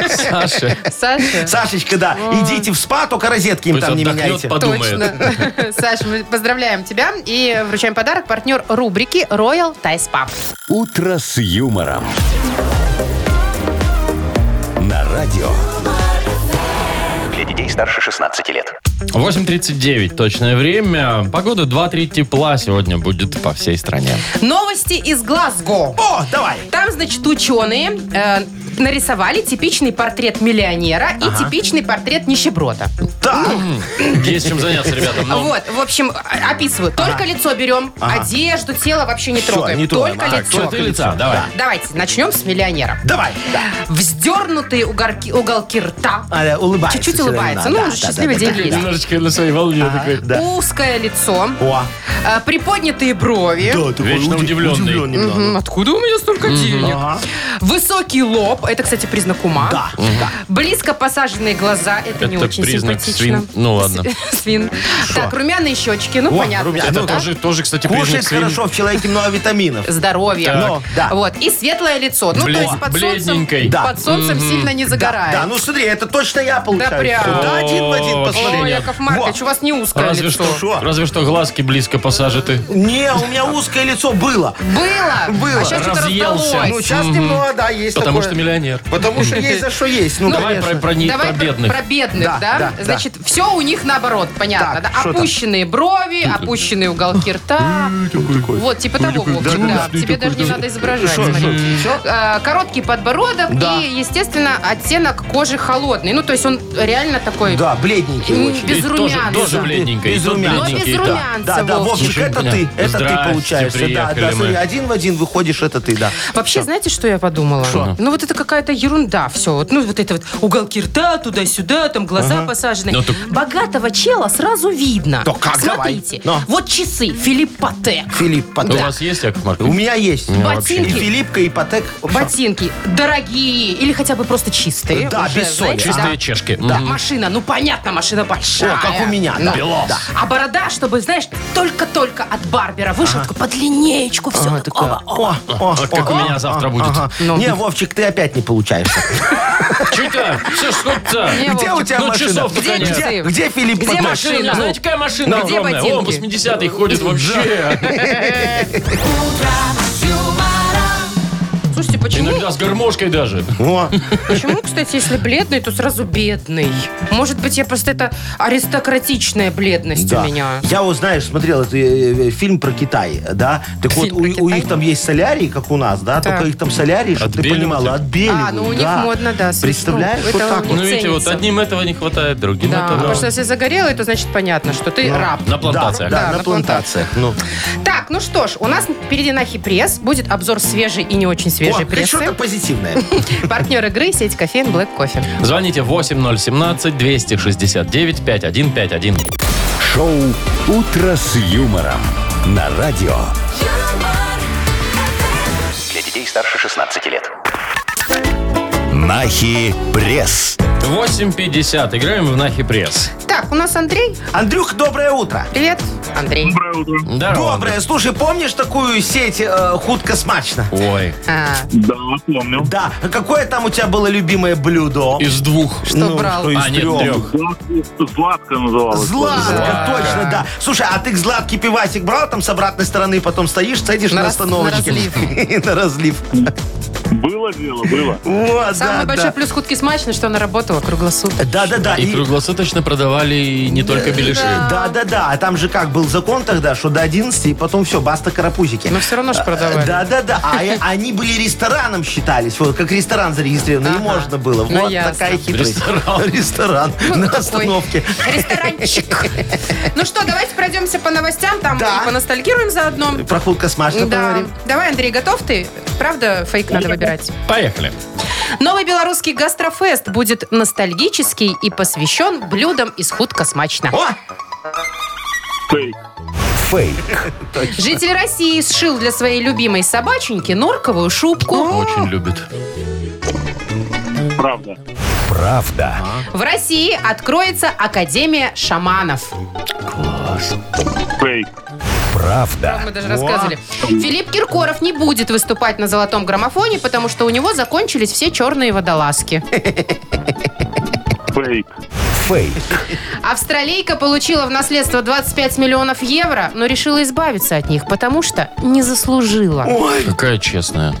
[SPEAKER 2] Саша.
[SPEAKER 3] Саша?
[SPEAKER 4] Сашечка, да, идите в спа, только розетки им
[SPEAKER 2] Пусть
[SPEAKER 4] там не
[SPEAKER 2] отдохнет,
[SPEAKER 4] меняйте.
[SPEAKER 2] подумает.
[SPEAKER 3] Точно. *laughs* Саш, мы поздравляем тебя и вручаем подарок партнер рубрики Royal Thai Spa.
[SPEAKER 1] «Утро с юмором». На радио.
[SPEAKER 5] Для детей старше 16 лет.
[SPEAKER 2] 8.39 точное время. Погода 2-3 тепла сегодня будет по всей стране.
[SPEAKER 3] Новости из Глазго.
[SPEAKER 4] О, давай.
[SPEAKER 3] Там, значит, ученые э, нарисовали типичный портрет миллионера и типичный портрет нищеброда.
[SPEAKER 4] Так.
[SPEAKER 2] Есть чем заняться, ребята. ну.
[SPEAKER 3] Вот, в общем, а- описываю. Только лицо берем, одежду, тело вообще не
[SPEAKER 4] Всё,
[SPEAKER 3] трогаем.
[SPEAKER 4] не трогаем.
[SPEAKER 3] Только
[SPEAKER 4] Ага,
[SPEAKER 3] лицо.
[SPEAKER 2] Черты лица, давай.
[SPEAKER 3] Давайте начнем с миллионера.
[SPEAKER 4] Давай. Да.
[SPEAKER 3] Вздернутые уголки, уголки рта.
[SPEAKER 4] А, да, улыбается.
[SPEAKER 3] Чуть-чуть
[SPEAKER 4] всё равно,
[SPEAKER 3] улыбается. Ну,
[SPEAKER 4] да,
[SPEAKER 3] он же
[SPEAKER 4] да,
[SPEAKER 3] счастливый
[SPEAKER 4] да,
[SPEAKER 3] день
[SPEAKER 4] да,
[SPEAKER 3] есть.
[SPEAKER 2] Немножечко на своей волне такой.
[SPEAKER 4] да.
[SPEAKER 3] Узкое лицо.
[SPEAKER 4] О.
[SPEAKER 3] э, Приподнятые брови.
[SPEAKER 4] Да, такой
[SPEAKER 2] Вечно
[SPEAKER 4] уди-
[SPEAKER 2] удивленный.
[SPEAKER 4] удивлён немного.
[SPEAKER 3] М, Откуда у меня столько денег?
[SPEAKER 4] Ага.
[SPEAKER 3] Высокий лоб, это, кстати, признак ума.
[SPEAKER 4] Да, да.
[SPEAKER 3] Близко посаженные глаза, это, не
[SPEAKER 2] Это
[SPEAKER 3] очень
[SPEAKER 2] признак
[SPEAKER 3] симпатично.
[SPEAKER 2] свин- ну ладно.
[SPEAKER 3] С- Свин. Так, румяные щечки, ну
[SPEAKER 4] О,
[SPEAKER 3] понятно.
[SPEAKER 4] румя-
[SPEAKER 2] Это
[SPEAKER 4] ну,
[SPEAKER 2] тоже, тоже, кстати, признак
[SPEAKER 4] Кушать
[SPEAKER 2] свиньи.
[SPEAKER 4] хорошо, в человеке много витаминов.
[SPEAKER 3] *laughs* Здоровье.
[SPEAKER 2] Так.
[SPEAKER 4] Ну, да.
[SPEAKER 3] Вот. И светлое лицо. Ну,
[SPEAKER 2] Блед-
[SPEAKER 3] то есть под солнцем,
[SPEAKER 2] бледненькой.
[SPEAKER 4] Да.
[SPEAKER 3] под солнцем сильно не загорает.
[SPEAKER 4] Да, ну смотри, это точно я получаю.
[SPEAKER 3] Да прям.
[SPEAKER 4] Да, один в один,
[SPEAKER 2] О,
[SPEAKER 3] О,
[SPEAKER 4] посмотри.
[SPEAKER 3] Яков Маркович, у вас не узкое
[SPEAKER 2] Разве
[SPEAKER 3] а лицо.
[SPEAKER 2] что,
[SPEAKER 4] Что?
[SPEAKER 2] разве что глазки близко посажеты.
[SPEAKER 4] Не, у меня узкое лицо было.
[SPEAKER 3] Было.
[SPEAKER 4] Было.
[SPEAKER 3] А сейчас что-то
[SPEAKER 2] Разъелся.
[SPEAKER 3] раздалось.
[SPEAKER 4] Ну, сейчас
[SPEAKER 2] Мгм.
[SPEAKER 4] немного, да, есть
[SPEAKER 2] Потому
[SPEAKER 4] такое.
[SPEAKER 2] что миллионер.
[SPEAKER 4] Потому что есть за что есть. Ну,
[SPEAKER 2] Давай про,
[SPEAKER 4] конечно.
[SPEAKER 2] про, не-
[SPEAKER 3] Давай
[SPEAKER 2] про бедных.
[SPEAKER 3] про бедных,
[SPEAKER 4] Да,
[SPEAKER 3] да?
[SPEAKER 4] да, да.
[SPEAKER 3] Значит, все у них наоборот, понятно.
[SPEAKER 4] Так,
[SPEAKER 3] да?
[SPEAKER 4] что там? М-м-м.
[SPEAKER 3] Опущенные брови, опущенные уголки рта. Вот, типа того, Вовчик, да. Тебе даже не надо изображать. смотри. А, Короткий подбородок
[SPEAKER 4] Да.
[SPEAKER 3] и, естественно, оттенок кожи холодный. Ну, то есть он реально такой...
[SPEAKER 4] Да, бледненький
[SPEAKER 3] м,
[SPEAKER 4] очень.
[SPEAKER 2] И
[SPEAKER 3] Без
[SPEAKER 2] тоже, тоже
[SPEAKER 3] румянца.
[SPEAKER 2] бледненький.
[SPEAKER 4] Без
[SPEAKER 2] и тот
[SPEAKER 4] румянца.
[SPEAKER 3] Но без
[SPEAKER 2] бледненький, да.
[SPEAKER 3] румянца,
[SPEAKER 4] Да, да,
[SPEAKER 3] Вовчик.
[SPEAKER 4] Вовчик, это ты,
[SPEAKER 2] понятно.
[SPEAKER 4] это ты
[SPEAKER 2] Здрасте,
[SPEAKER 4] получаешься. Да,
[SPEAKER 2] приехали
[SPEAKER 4] да, смотри,
[SPEAKER 2] мы.
[SPEAKER 4] один в один выходишь, это ты, да.
[SPEAKER 3] Вообще, знаете, что я подумала? Ну, вот это какая-то ерунда все. Вот, ну, вот это вот уголки рта туда-сюда, там глаза посажены.
[SPEAKER 2] Ну, так-
[SPEAKER 3] Богатого чела сразу видно.
[SPEAKER 4] Да Ну, как, давай. Ну.
[SPEAKER 3] Смотрите,
[SPEAKER 4] Но.
[SPEAKER 3] вот часы Филипп Патек.
[SPEAKER 4] Филипп,
[SPEAKER 2] Ну, У
[SPEAKER 4] потом.
[SPEAKER 2] вас есть, Яков Маркович?
[SPEAKER 4] У меня есть.
[SPEAKER 3] Ботинки.
[SPEAKER 4] И Филиппка, и Патек.
[SPEAKER 3] Ботинки дорогие или хотя бы просто чистые.
[SPEAKER 4] Да,
[SPEAKER 3] уже,
[SPEAKER 4] без соли.
[SPEAKER 3] знаете,
[SPEAKER 2] Чистые
[SPEAKER 3] да.
[SPEAKER 2] чешки.
[SPEAKER 3] Да,
[SPEAKER 2] Мгм.
[SPEAKER 3] машина, ну понятно, машина большая.
[SPEAKER 4] О, как у меня.
[SPEAKER 3] Ну,
[SPEAKER 4] да. Да.
[SPEAKER 3] А борода, чтобы, знаешь, только-только от Барбера вышел, такой под линеечку, все
[SPEAKER 4] Ага, такая,
[SPEAKER 3] такого.
[SPEAKER 4] о, о,
[SPEAKER 2] Вот как
[SPEAKER 4] о,
[SPEAKER 2] у меня
[SPEAKER 4] о,
[SPEAKER 2] завтра
[SPEAKER 4] о,
[SPEAKER 2] будет.
[SPEAKER 4] ага.
[SPEAKER 3] Ну.
[SPEAKER 4] Не, Вовчик, ты опять не
[SPEAKER 3] *laughs*
[SPEAKER 4] получаешься.
[SPEAKER 2] Чё это? Все, что-то.
[SPEAKER 3] Не,
[SPEAKER 4] Где у
[SPEAKER 3] Вовчик,
[SPEAKER 4] тебя
[SPEAKER 2] ну,
[SPEAKER 4] машина?
[SPEAKER 2] часов-то,
[SPEAKER 3] Где
[SPEAKER 2] конечно.
[SPEAKER 3] часы?
[SPEAKER 4] Где Филипп
[SPEAKER 3] Где
[SPEAKER 4] Патек?
[SPEAKER 3] машина?
[SPEAKER 2] Машина. Знаете, какая машина
[SPEAKER 3] Где
[SPEAKER 2] огромная?
[SPEAKER 3] ботинки?
[SPEAKER 2] Он 80-й ходит вообще.
[SPEAKER 3] Слушайте, Почему,
[SPEAKER 2] Иногда с гармошкой даже.
[SPEAKER 4] О,
[SPEAKER 3] почему, кстати, если бледный, то сразу бедный? Может быть, я просто это аристократичная бледность
[SPEAKER 4] да.
[SPEAKER 3] у меня.
[SPEAKER 4] Я вот, знаешь, смотрел этот э, э, фильм про Китай, да? Так
[SPEAKER 3] Фильм
[SPEAKER 4] вот, у,
[SPEAKER 3] про
[SPEAKER 4] у
[SPEAKER 3] Китай?
[SPEAKER 4] них там есть солярий, как у нас, да?
[SPEAKER 3] Так.
[SPEAKER 4] Только их там солярий, чтобы ты
[SPEAKER 2] Отбеливают
[SPEAKER 4] понимала,
[SPEAKER 2] их.
[SPEAKER 4] отбеливают.
[SPEAKER 3] А, ну у них
[SPEAKER 4] да.
[SPEAKER 3] модно, да. свистнул.
[SPEAKER 4] Представляешь,
[SPEAKER 3] Это
[SPEAKER 4] вот так
[SPEAKER 3] не
[SPEAKER 2] Ну, видите, вот
[SPEAKER 3] ценится.
[SPEAKER 2] одним этого не хватает, другим
[SPEAKER 3] Да, а
[SPEAKER 2] этого.
[SPEAKER 3] потому что если загорелый, то значит понятно, что ты раб.
[SPEAKER 2] А, На плантациях.
[SPEAKER 4] Э, Да,
[SPEAKER 3] Да,
[SPEAKER 4] да, на,
[SPEAKER 3] на
[SPEAKER 4] плантациях. Ну.
[SPEAKER 3] Так, ну что ж, у нас впереди на пресс будет обзор свежей и не очень свежей
[SPEAKER 4] О, хоть
[SPEAKER 3] прессы.
[SPEAKER 4] что-то
[SPEAKER 3] *laughs*
[SPEAKER 4] позитивное.
[SPEAKER 3] Партнер игры сеть кофеин Black Кофе.
[SPEAKER 2] Звоните 8017-269-5151.
[SPEAKER 1] Шоу «Утро с юмором» на радио.
[SPEAKER 5] Для детей старше 16 лет.
[SPEAKER 1] Нахи пресс.
[SPEAKER 2] 8.50. Играем в Нахи Пресс.
[SPEAKER 3] Так, у нас Андрей.
[SPEAKER 4] Андрюх, доброе утро.
[SPEAKER 3] Привет, Андрей.
[SPEAKER 2] Здорово,
[SPEAKER 4] Доброе. Слушай, помнишь такую сеть э, «Худко смачно»?
[SPEAKER 2] Андрей. Ой,
[SPEAKER 3] А,
[SPEAKER 8] Да, помню.
[SPEAKER 4] Да. А какое там у тебя было любимое блюдо?
[SPEAKER 2] из двух.
[SPEAKER 3] Ну, что брал?
[SPEAKER 4] из
[SPEAKER 2] А, нет,
[SPEAKER 4] трёх.
[SPEAKER 2] трех.
[SPEAKER 8] Златка называлась.
[SPEAKER 4] Златка,
[SPEAKER 2] Златка.
[SPEAKER 4] точно, да. Слушай, а ты к Златке пивасик брал, там с обратной стороны потом стоишь, садишь
[SPEAKER 3] На
[SPEAKER 4] на,
[SPEAKER 3] раз-
[SPEAKER 4] остановочке.
[SPEAKER 3] на разлив.
[SPEAKER 4] И *laughs* на разлив.
[SPEAKER 8] Было дело, было.
[SPEAKER 4] Вот,
[SPEAKER 3] Самый
[SPEAKER 4] да,
[SPEAKER 3] большой
[SPEAKER 4] да.
[SPEAKER 3] плюс худки смачно, что она работала круглосуточно.
[SPEAKER 4] Да, да, да.
[SPEAKER 2] И
[SPEAKER 4] и-
[SPEAKER 2] круглосуточно продавали и не только беляши.
[SPEAKER 4] Да, да, да. А там же как был закон тогда, что до 11, и потом все, баста карапузики.
[SPEAKER 3] Но все равно же продавали.
[SPEAKER 4] Да, да, да. А и- они были рестораном считались. Вот как ресторан зарегистрирован. Не
[SPEAKER 3] Ага.
[SPEAKER 4] можно было.
[SPEAKER 3] Ну,
[SPEAKER 4] Вот
[SPEAKER 3] ясно. Ну,
[SPEAKER 4] такая хитрость.
[SPEAKER 2] Ресторан.
[SPEAKER 4] Ресторан на
[SPEAKER 3] такой.
[SPEAKER 4] остановке.
[SPEAKER 3] Ресторанчик. Ну что, давайте пройдемся по новостям, там
[SPEAKER 4] Да.
[SPEAKER 3] и поностальгируем заодно.
[SPEAKER 4] Про худко смачно
[SPEAKER 3] Да.
[SPEAKER 4] поговорим.
[SPEAKER 3] Давай, Андрей, готов ты? Правда, фейк надо выбирать.
[SPEAKER 2] Поехали.
[SPEAKER 3] Новый белорусский гастрофест будет ностальгический и посвящен блюдам из худко смачно.
[SPEAKER 4] О,
[SPEAKER 8] Фейк.
[SPEAKER 1] Фейк.
[SPEAKER 3] Житель России сшил для своей любимой собаченьки норковую шубку.
[SPEAKER 2] Очень любит.
[SPEAKER 8] Правда.
[SPEAKER 1] Правда.
[SPEAKER 3] В России откроется Академия шаманов.
[SPEAKER 8] Фейк.
[SPEAKER 1] Правда.
[SPEAKER 3] Мы даже рассказывали. Филипп Киркоров не будет выступать на золотом граммофоне, потому что у него закончились все черные водолазки.
[SPEAKER 8] Фейк.
[SPEAKER 1] Фейк.
[SPEAKER 3] Австралийка получила в наследство 25 миллионов евро, но решила избавиться от них, потому что не заслужила.
[SPEAKER 2] Какая честная.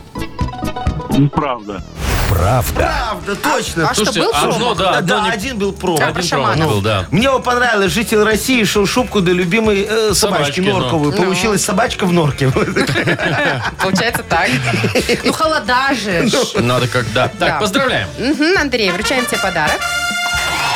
[SPEAKER 8] Правда.
[SPEAKER 1] Правда.
[SPEAKER 4] правда, точно.
[SPEAKER 3] А что, был
[SPEAKER 4] *laughs*
[SPEAKER 2] одно,
[SPEAKER 3] промах?
[SPEAKER 2] да,
[SPEAKER 4] Да,
[SPEAKER 2] одно
[SPEAKER 4] да,
[SPEAKER 2] не-
[SPEAKER 4] один был
[SPEAKER 3] А,
[SPEAKER 4] про.
[SPEAKER 2] один
[SPEAKER 3] про
[SPEAKER 2] промах
[SPEAKER 3] шаманов.
[SPEAKER 2] был, Ну, да.
[SPEAKER 4] Мне вот понравилось, житель России шел шубку до любимой э,
[SPEAKER 2] Собачки,
[SPEAKER 4] собачки,
[SPEAKER 2] ну.
[SPEAKER 4] норковую. Получилась собачка в норке.
[SPEAKER 3] Получается так. Ну, холода же. ж.
[SPEAKER 2] Надо как, да. Так,
[SPEAKER 3] Да.
[SPEAKER 2] поздравляем.
[SPEAKER 3] Мгм, Андрей, вручаем тебе подарок.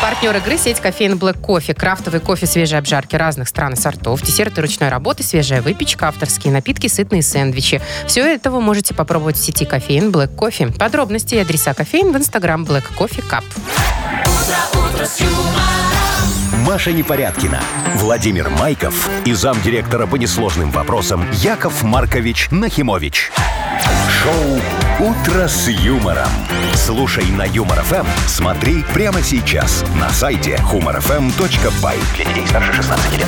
[SPEAKER 3] Партнер игры сеть кофеин Black Кофе. Крафтовый кофе свежей обжарки разных стран и сортов, десерты ручной работы, свежая выпечка, авторские напитки, сытные сэндвичи. Все это вы можете попробовать в сети кофеин Black Кофе. Подробности и адреса кофеин в инстаграм Black Coffee Cup.
[SPEAKER 1] Маша Непорядкина, Владимир Майков и замдиректора по несложным вопросам Яков Маркович Нахимович. Шоу «Утро с юмором». Слушай на Юмор ФМ, смотри прямо сейчас на сайте humorfm.by. Для детей старше 16 лет.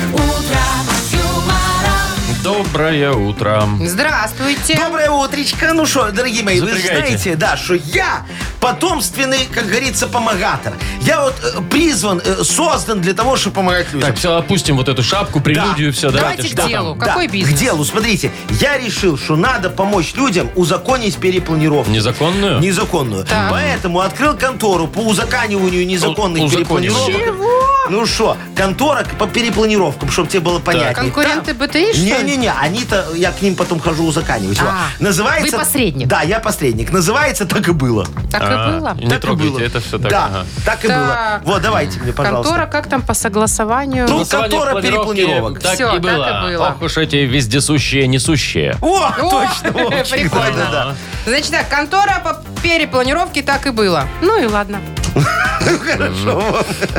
[SPEAKER 2] Доброе утро.
[SPEAKER 3] Здравствуйте.
[SPEAKER 4] Доброе утречко. Ну что, дорогие мои, вы же
[SPEAKER 2] Запрягайте.
[SPEAKER 4] знаете, да, что я потомственный, как говорится, помогатор. Я вот э, призван, э, создан для того, чтобы помогать людям.
[SPEAKER 2] Так, все, опустим вот эту шапку, прелюдию, все,
[SPEAKER 3] Давайте к
[SPEAKER 2] что
[SPEAKER 3] делу.
[SPEAKER 2] там?
[SPEAKER 3] Какой
[SPEAKER 4] Да,
[SPEAKER 3] бизнес?
[SPEAKER 4] К делу, смотрите, я решил, что надо помочь людям узаконить перепланировку.
[SPEAKER 2] Незаконную?
[SPEAKER 4] Незаконную.
[SPEAKER 3] Так.
[SPEAKER 4] Поэтому открыл контору по узаканиванию незаконных
[SPEAKER 2] У- узакониванию.
[SPEAKER 4] перепланировок. Ну что, контора к- по перепланировкам, чтобы тебе было понятнее.
[SPEAKER 3] Конкуренты
[SPEAKER 4] Там-
[SPEAKER 3] БТИ, что ли?
[SPEAKER 4] Не-не-не, они-то, я к ним потом хожу узаканивать. Во.
[SPEAKER 3] А,
[SPEAKER 4] Называется...
[SPEAKER 3] вы посредник.
[SPEAKER 4] Да, я посредник. Называется «Так и было».
[SPEAKER 3] Так и
[SPEAKER 2] А,
[SPEAKER 3] было.
[SPEAKER 2] Не
[SPEAKER 4] Так и было.
[SPEAKER 2] трогайте, это все так.
[SPEAKER 4] Да,
[SPEAKER 2] ага.
[SPEAKER 4] так и
[SPEAKER 3] Так.
[SPEAKER 4] было. Вот, давайте мне, пожалуйста.
[SPEAKER 3] Контора, как там по согласованию?
[SPEAKER 4] Ну,
[SPEAKER 2] Голосование
[SPEAKER 4] контора
[SPEAKER 2] в планировке,
[SPEAKER 4] перепланировок.
[SPEAKER 2] Так
[SPEAKER 3] Всё,
[SPEAKER 2] и
[SPEAKER 3] так и
[SPEAKER 2] было.
[SPEAKER 3] было.
[SPEAKER 2] Ох уж эти вездесущие, несущие.
[SPEAKER 4] О,
[SPEAKER 3] О,
[SPEAKER 4] точно, Вовчик,
[SPEAKER 3] прикольно.
[SPEAKER 4] да, да,
[SPEAKER 3] Значит так, контора по перепланировке так и было. Ну и ладно.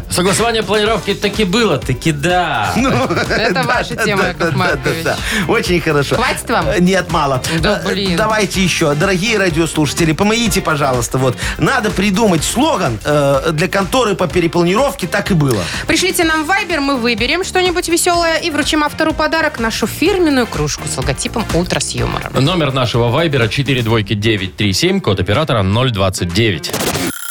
[SPEAKER 2] Согласование планировки таки было, таки да.
[SPEAKER 4] Ну.
[SPEAKER 3] Это ваша тема,
[SPEAKER 4] *laughs* да, да,
[SPEAKER 3] Яков
[SPEAKER 4] да, да,
[SPEAKER 3] Маркович.
[SPEAKER 4] да. Очень хорошо.
[SPEAKER 3] Хватит вам?
[SPEAKER 4] Э, Нет, мало.
[SPEAKER 3] Да,
[SPEAKER 4] Э,
[SPEAKER 3] блин.
[SPEAKER 4] Давайте еще. Дорогие радиослушатели, помогите, пожалуйста. Вот Надо придумать слоган э, для конторы по перепланировке «Так и было». *laughs*
[SPEAKER 3] Пришлите нам в Viber, мы выберем что-нибудь веселое и вручим автору подарок нашу фирменную кружку с логотипом «Ультра с юмором».
[SPEAKER 2] Номер нашего вайбера 42937, код оператора 029.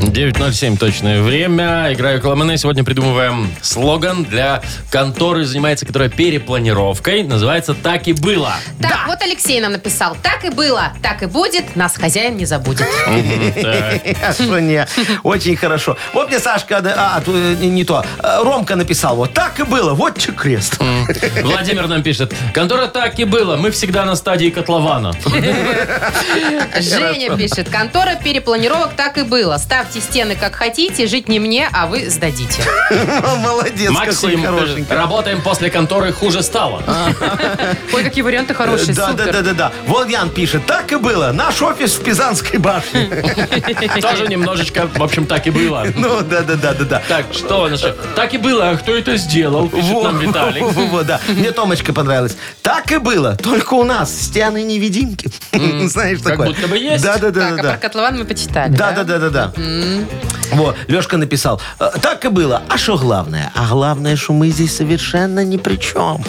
[SPEAKER 2] 9.07 точное время. Играю Коломане. Сегодня придумываем слоган для конторы, занимается которая перепланировкой. Называется «Так и
[SPEAKER 4] *laughs*
[SPEAKER 2] было».
[SPEAKER 3] Так, вот Алексей нам написал. Так и было, так и будет, нас хозяин не забудет.
[SPEAKER 4] А что не? Очень хорошо. Вот мне Сашка, а, а, ту- не, не то, А, Ромка написал, вот так и было, вот че крест. *laughs*
[SPEAKER 2] Владимир нам пишет. Контора так и было. Мы всегда на стадии котлована.
[SPEAKER 3] Женя пишет. Контора перепланировок так и было. Ставьте стены как хотите, жить не мне, а вы сдадите.
[SPEAKER 4] Молодец, какой
[SPEAKER 2] Максим, э,
[SPEAKER 4] хорошенький.
[SPEAKER 2] работаем после конторы, хуже стало.
[SPEAKER 3] Ой, какие варианты хорошие,
[SPEAKER 4] Да, да, да,
[SPEAKER 3] супер.
[SPEAKER 4] да, да. Вон Ян пишет, так и было. Наш офис в Пизанской башне. *laughs*
[SPEAKER 2] *laughs* Тоже немножечко, в общем, так и было.
[SPEAKER 4] Ну, да, да, да, да, да.
[SPEAKER 2] Так, что наше? Так и было. А кто это сделал? Пишет нам Виталик.
[SPEAKER 4] во, во, да. Мне Томочка понравилась. Так и было. Только у нас стены невидимки. *laughs* Знаешь,
[SPEAKER 2] как
[SPEAKER 4] такое.
[SPEAKER 2] будто бы есть.
[SPEAKER 4] Да, да, да,
[SPEAKER 3] Так, а
[SPEAKER 4] да,
[SPEAKER 3] про
[SPEAKER 4] да.
[SPEAKER 3] котлован мы почитали,
[SPEAKER 4] Да, да, да, да, да. Вот, Лешка написал. «Э, Так и было. А что главное? А главное, что мы здесь совершенно ни при чем.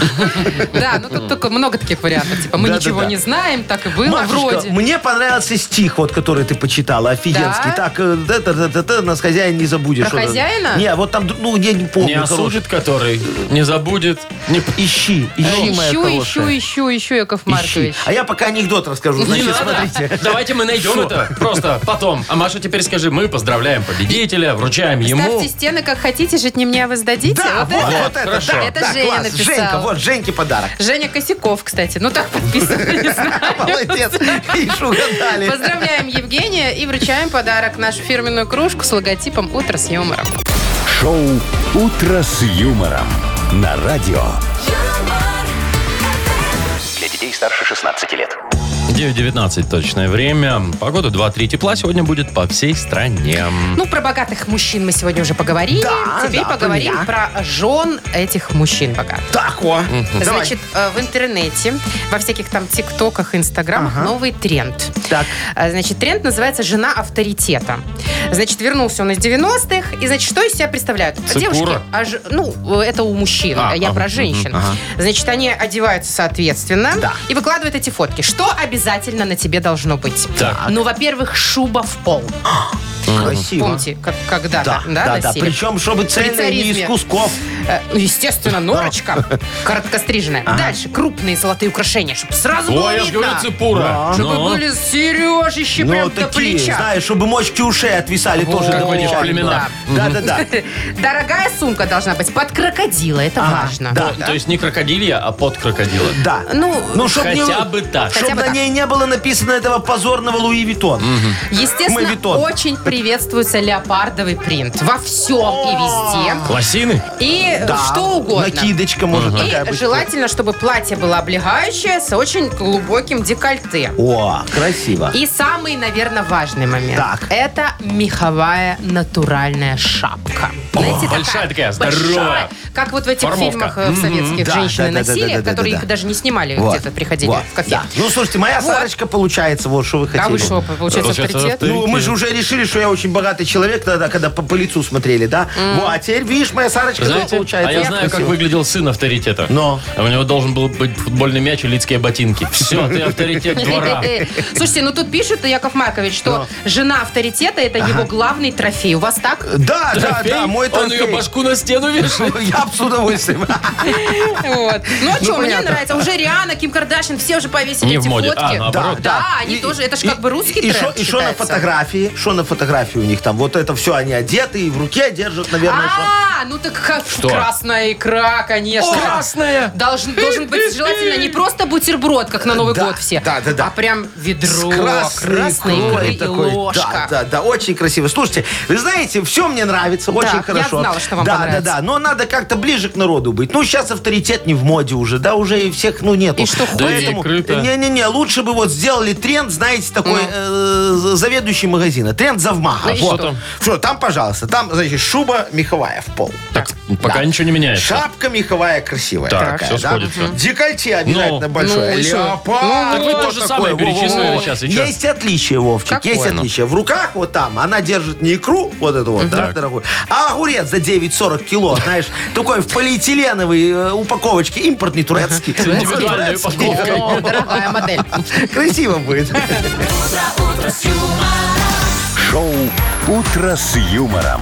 [SPEAKER 3] Да, ну тут только много таких вариантов. Типа, мы
[SPEAKER 4] Да, да,
[SPEAKER 3] ничего
[SPEAKER 4] да.
[SPEAKER 3] не знаем, так и было
[SPEAKER 4] Машечка,
[SPEAKER 3] вроде.
[SPEAKER 4] мне понравился стих, вот который ты почитала,
[SPEAKER 3] Да?
[SPEAKER 4] офигенский. Так, э, да, да, да, да, да, нас хозяин не забудешь.
[SPEAKER 3] Про
[SPEAKER 4] Вот это.
[SPEAKER 3] хозяина?
[SPEAKER 4] Не, вот там, ну, я не помню.
[SPEAKER 2] Не
[SPEAKER 4] короче.
[SPEAKER 2] осудит который, не забудет. не-
[SPEAKER 4] Ищи,
[SPEAKER 3] Ну,
[SPEAKER 4] ищи, моя
[SPEAKER 3] Ищу,
[SPEAKER 4] хорошая.
[SPEAKER 3] ищу, ищу, ищу, Яков Маркович.
[SPEAKER 4] Ищи. А я пока анекдот расскажу.
[SPEAKER 2] Не
[SPEAKER 4] Значит,
[SPEAKER 2] надо.
[SPEAKER 4] смотрите.
[SPEAKER 2] Давайте мы найдем это просто потом. А Маша, теперь скажи, мы поздравляем победителя, вручаем ему.
[SPEAKER 3] Ставьте стены как хотите, жить не мне, а вы сдадите.
[SPEAKER 4] Да,
[SPEAKER 3] Вот
[SPEAKER 4] вот,
[SPEAKER 3] это.
[SPEAKER 4] вот это,
[SPEAKER 2] хорошо.
[SPEAKER 4] да.
[SPEAKER 3] Это
[SPEAKER 4] Да,
[SPEAKER 3] Женя
[SPEAKER 4] класс.
[SPEAKER 3] написал.
[SPEAKER 4] Женька, вот
[SPEAKER 3] *laughs*
[SPEAKER 4] Женьке подарок. *laughs*
[SPEAKER 3] Женя Косяков, кстати. Ну так подписано, не знаю.
[SPEAKER 4] Молодец, видишь, угадали.
[SPEAKER 3] Поздравляем Евгения и вручаем подарок нашу фирменную кружку с логотипом «Утро с юмором».
[SPEAKER 1] Шоу «Утро с юмором» на радио.
[SPEAKER 5] Для детей старше 16 лет.
[SPEAKER 2] 9.19 точное время. Погода 2-3 тепла сегодня будет по всей стране.
[SPEAKER 3] Ну, про богатых мужчин мы сегодня уже поговорили.
[SPEAKER 4] Да,
[SPEAKER 3] Теперь
[SPEAKER 4] да,
[SPEAKER 3] поговорим
[SPEAKER 4] про
[SPEAKER 3] про, жен этих мужчин богатых.
[SPEAKER 4] Так, о. Давай.
[SPEAKER 3] Значит, э, в интернете, во всяких там тиктоках, инстаграмах новый тренд.
[SPEAKER 4] Так.
[SPEAKER 3] А, Значит, тренд называется «Жена авторитета». Значит, вернулся он из 90-х, и, значит, что из себя представляют?
[SPEAKER 2] Цикура?
[SPEAKER 3] Девушки, а ж- ну, э, это у мужчин,
[SPEAKER 2] А,
[SPEAKER 3] я
[SPEAKER 2] ага,
[SPEAKER 3] про женщин. Значит, они одеваются соответственно
[SPEAKER 4] Да.
[SPEAKER 3] и выкладывают эти фотки. Что обязательно на тебе должно быть?
[SPEAKER 2] Так.
[SPEAKER 3] Ну, во-первых, шуба в пол.
[SPEAKER 4] Красиво.
[SPEAKER 3] Помните, как когда-то,
[SPEAKER 4] Да,
[SPEAKER 3] да,
[SPEAKER 4] да, да.
[SPEAKER 3] носили?
[SPEAKER 4] Причем, чтобы цельное не
[SPEAKER 3] царизме.
[SPEAKER 4] из кусков.
[SPEAKER 3] Э,
[SPEAKER 2] *laughs*
[SPEAKER 3] ну, Естественно, норочка короткостриженная. Дальше крупные золотые украшения, чтобы сразу было
[SPEAKER 2] Ой, я же говорю,
[SPEAKER 3] видно.
[SPEAKER 2] цепура.
[SPEAKER 3] Чтобы
[SPEAKER 2] Ну,
[SPEAKER 3] были сережище
[SPEAKER 4] Ну,
[SPEAKER 3] прям до
[SPEAKER 4] такие,
[SPEAKER 3] плеча.
[SPEAKER 4] знаешь, чтобы мочки ушей отвисали
[SPEAKER 2] Вот,
[SPEAKER 4] тоже
[SPEAKER 2] как
[SPEAKER 4] до
[SPEAKER 2] в этих
[SPEAKER 4] плеча.
[SPEAKER 2] племенах.
[SPEAKER 4] Да, да, да.
[SPEAKER 3] Дорогая сумка должна быть под крокодила, это
[SPEAKER 4] Ага,
[SPEAKER 3] важно.
[SPEAKER 4] да.
[SPEAKER 2] То есть не крокодилья, а под крокодила.
[SPEAKER 4] Да.
[SPEAKER 3] Ну,
[SPEAKER 4] Ну, чтоб не-
[SPEAKER 2] Хотя бы так.
[SPEAKER 3] Хотя
[SPEAKER 4] чтоб
[SPEAKER 3] бы
[SPEAKER 4] на
[SPEAKER 3] так.
[SPEAKER 4] ней не было написано этого позорного Луи Виттон.
[SPEAKER 3] естественно,
[SPEAKER 4] мавитон.
[SPEAKER 3] очень приветствуется леопардовый принт во всем и везде.
[SPEAKER 2] Лосины?
[SPEAKER 3] И э,
[SPEAKER 4] Да.
[SPEAKER 3] что угодно.
[SPEAKER 4] А Накидочка может такая
[SPEAKER 3] И
[SPEAKER 4] быть.
[SPEAKER 3] желательно, чтобы платье было облегающее с очень глубоким декольте.
[SPEAKER 4] О, красиво.
[SPEAKER 3] И самый, наверное, важный момент.
[SPEAKER 4] Так.
[SPEAKER 3] Это меховая натуральная шапка. Знаете,
[SPEAKER 2] большая такая, здоровая.
[SPEAKER 3] большая, Как вот в этих
[SPEAKER 2] Формовка.
[SPEAKER 3] фильмах э, в
[SPEAKER 2] Мгм.
[SPEAKER 3] советских
[SPEAKER 4] Да,
[SPEAKER 3] женщины
[SPEAKER 4] да, да, да,
[SPEAKER 3] носили,
[SPEAKER 4] да, да,
[SPEAKER 3] которые
[SPEAKER 4] да,
[SPEAKER 3] их
[SPEAKER 4] да.
[SPEAKER 3] даже не снимали,
[SPEAKER 4] Вот,
[SPEAKER 3] где-то приходили
[SPEAKER 4] вот,
[SPEAKER 3] в кафе.
[SPEAKER 4] да. Ну, слушайте, моя
[SPEAKER 3] Вот.
[SPEAKER 4] Сарочка получается, вот что вы хотели.
[SPEAKER 3] А вы что, получается,
[SPEAKER 2] Получается,
[SPEAKER 3] авторитет?
[SPEAKER 2] авторитет.
[SPEAKER 4] Ну, мы же уже решили, что я очень богатый человек, тогда, когда по, по лицу смотрели, да? Вот, а теперь, видишь, моя Сарочка, ну,
[SPEAKER 2] Знаете,
[SPEAKER 4] получается.
[SPEAKER 2] а я знаю, как
[SPEAKER 4] красиво.
[SPEAKER 2] выглядел сын авторитета.
[SPEAKER 4] Но.
[SPEAKER 2] А у него должен был быть футбольный мяч и лицкие ботинки. Все, ты авторитет двора.
[SPEAKER 3] *laughs* Слушайте, ну тут пишет Яков Маркович, что
[SPEAKER 4] Ну.
[SPEAKER 3] жена авторитета это его главный трофей. У вас
[SPEAKER 4] *laughs*
[SPEAKER 3] так?
[SPEAKER 4] Да, *laughs* да,
[SPEAKER 2] Трофей?
[SPEAKER 4] да, мой
[SPEAKER 2] Он ее
[SPEAKER 4] трофей.
[SPEAKER 2] башку на стену вешает.
[SPEAKER 4] *laughs* Я бы с удовольствием.
[SPEAKER 3] Вот. Ну а что, мне
[SPEAKER 4] понятно.
[SPEAKER 3] нравится. Уже Риана, Ким Кардашин, все уже повесили
[SPEAKER 2] Не в
[SPEAKER 3] эти
[SPEAKER 2] моде.
[SPEAKER 3] фотки.
[SPEAKER 2] А, *laughs* наоборот.
[SPEAKER 3] да, они
[SPEAKER 4] И-
[SPEAKER 3] тоже, это же
[SPEAKER 4] и-
[SPEAKER 3] как бы русский
[SPEAKER 4] и, шо-
[SPEAKER 3] тренд
[SPEAKER 4] И что на
[SPEAKER 3] считается.
[SPEAKER 4] фотографии? Что на фотографии у них там? Вот это все они одеты и в руке держат, наверное, шо-
[SPEAKER 3] А, ну так как красная икра, конечно.
[SPEAKER 2] Красная.
[SPEAKER 3] Должен, должен быть желательно не просто бутерброд, как на Новый
[SPEAKER 4] Да,
[SPEAKER 3] год все,
[SPEAKER 4] да, да, да.
[SPEAKER 3] а прям ведро
[SPEAKER 4] с красной икрой
[SPEAKER 3] икры
[SPEAKER 4] такой.
[SPEAKER 3] и ложка.
[SPEAKER 4] Да, да, да, очень красиво. Слушайте, вы знаете, все мне нравится, очень
[SPEAKER 3] я
[SPEAKER 4] хорошо.
[SPEAKER 3] знала, что вам
[SPEAKER 4] да,
[SPEAKER 3] понравится.
[SPEAKER 4] Да, да, но надо как-то ближе к народу быть. Ну, сейчас авторитет не в моде уже, да, уже и всех, ну, нету.
[SPEAKER 3] И что, хуй?
[SPEAKER 2] и крыто.
[SPEAKER 4] Не-не-не, лучше бы вот сделали тренд, знаете, такой э, заведующий магазина, тренд завмаха.
[SPEAKER 3] Ну и
[SPEAKER 4] вот.
[SPEAKER 2] что там?
[SPEAKER 4] Все, там, пожалуйста, там, значит, шуба меховая в пол.
[SPEAKER 2] Так, пока
[SPEAKER 4] Да.
[SPEAKER 2] ничего не меняется.
[SPEAKER 4] Шапка меховая красивая.
[SPEAKER 2] Так,
[SPEAKER 4] такая,
[SPEAKER 2] всё
[SPEAKER 4] да?
[SPEAKER 2] сходится.
[SPEAKER 4] Мгм. Декольте обязательно
[SPEAKER 2] Ну,
[SPEAKER 4] большое.
[SPEAKER 3] ну и что?
[SPEAKER 4] Леопард.
[SPEAKER 3] Ну,
[SPEAKER 2] так вы
[SPEAKER 4] вот
[SPEAKER 2] то же
[SPEAKER 4] такое.
[SPEAKER 2] самое перечислили
[SPEAKER 4] Во-во-во.
[SPEAKER 2] сейчас, и чё?
[SPEAKER 4] Есть отличие, Вовчик,
[SPEAKER 3] Какое?
[SPEAKER 4] есть отличие. В руках вот там она держит не икру, вот эту вот, да,
[SPEAKER 2] Так.
[SPEAKER 4] дорогой, а огурец за 9,40 кило, знаешь, такой в полиэтиленовой э, упаковочке, импортный турецкий.
[SPEAKER 2] С индивидуальной
[SPEAKER 4] Турецкий.
[SPEAKER 2] упаковкой.
[SPEAKER 3] О, дорогая модель.
[SPEAKER 4] Красиво будет.
[SPEAKER 1] Шоу «Утро с юмором».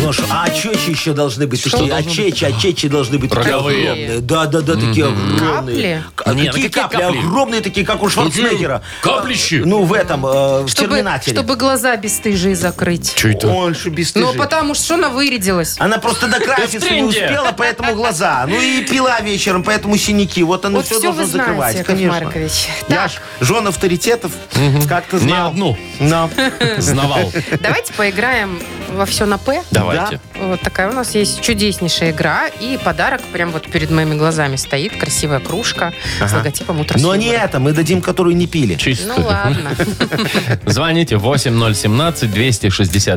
[SPEAKER 4] Ну что, а чечи еще должны быть. Что
[SPEAKER 3] должно
[SPEAKER 4] а чечи, а чечи должны быть такие
[SPEAKER 2] Роговые.
[SPEAKER 4] огромные. Да, да, да, такие огромные.
[SPEAKER 3] Капли?
[SPEAKER 4] К- а
[SPEAKER 2] Не, ну
[SPEAKER 4] Какие
[SPEAKER 2] какие
[SPEAKER 4] капли?
[SPEAKER 2] капли?
[SPEAKER 4] Огромные такие, как у
[SPEAKER 2] ну,
[SPEAKER 4] Шварценеггера.
[SPEAKER 2] Каплищи.
[SPEAKER 4] Ну, в этом, э, в
[SPEAKER 3] Чтобы,
[SPEAKER 4] Терминаторе.
[SPEAKER 3] чтобы глаза бесстыжие закрыть.
[SPEAKER 2] Че это?
[SPEAKER 4] Ой, что бесстыжие.
[SPEAKER 3] Ну, потому что она вырядилась.
[SPEAKER 4] Она просто
[SPEAKER 2] Да
[SPEAKER 4] накраситься
[SPEAKER 2] в
[SPEAKER 4] не
[SPEAKER 2] тренде.
[SPEAKER 4] успела, поэтому глаза. Ну и пила вечером, поэтому синяки. Вот она
[SPEAKER 3] Вот
[SPEAKER 4] все
[SPEAKER 3] все вы
[SPEAKER 4] должна Ну, закрывать.
[SPEAKER 3] знаете, Яков
[SPEAKER 4] конечно.
[SPEAKER 3] Маркович.
[SPEAKER 4] Я
[SPEAKER 3] Так,
[SPEAKER 4] ж жен авторитетов как-то
[SPEAKER 2] Не
[SPEAKER 4] знал. *laughs* Ну,
[SPEAKER 2] одну.
[SPEAKER 4] Но.
[SPEAKER 2] Знавал.
[SPEAKER 3] давайте поиграем во все на «П».
[SPEAKER 2] Давайте.
[SPEAKER 3] Вот такая у нас есть чудеснейшая игра. И подарок прям вот перед моими глазами стоит. Красивая кружка с логотипом «Утро с
[SPEAKER 4] Но Ну, а не
[SPEAKER 3] юмором».
[SPEAKER 4] это, мы дадим, которую не пили.
[SPEAKER 2] Чисто.
[SPEAKER 3] Ну
[SPEAKER 4] *laughs*
[SPEAKER 3] ладно.
[SPEAKER 2] Звоните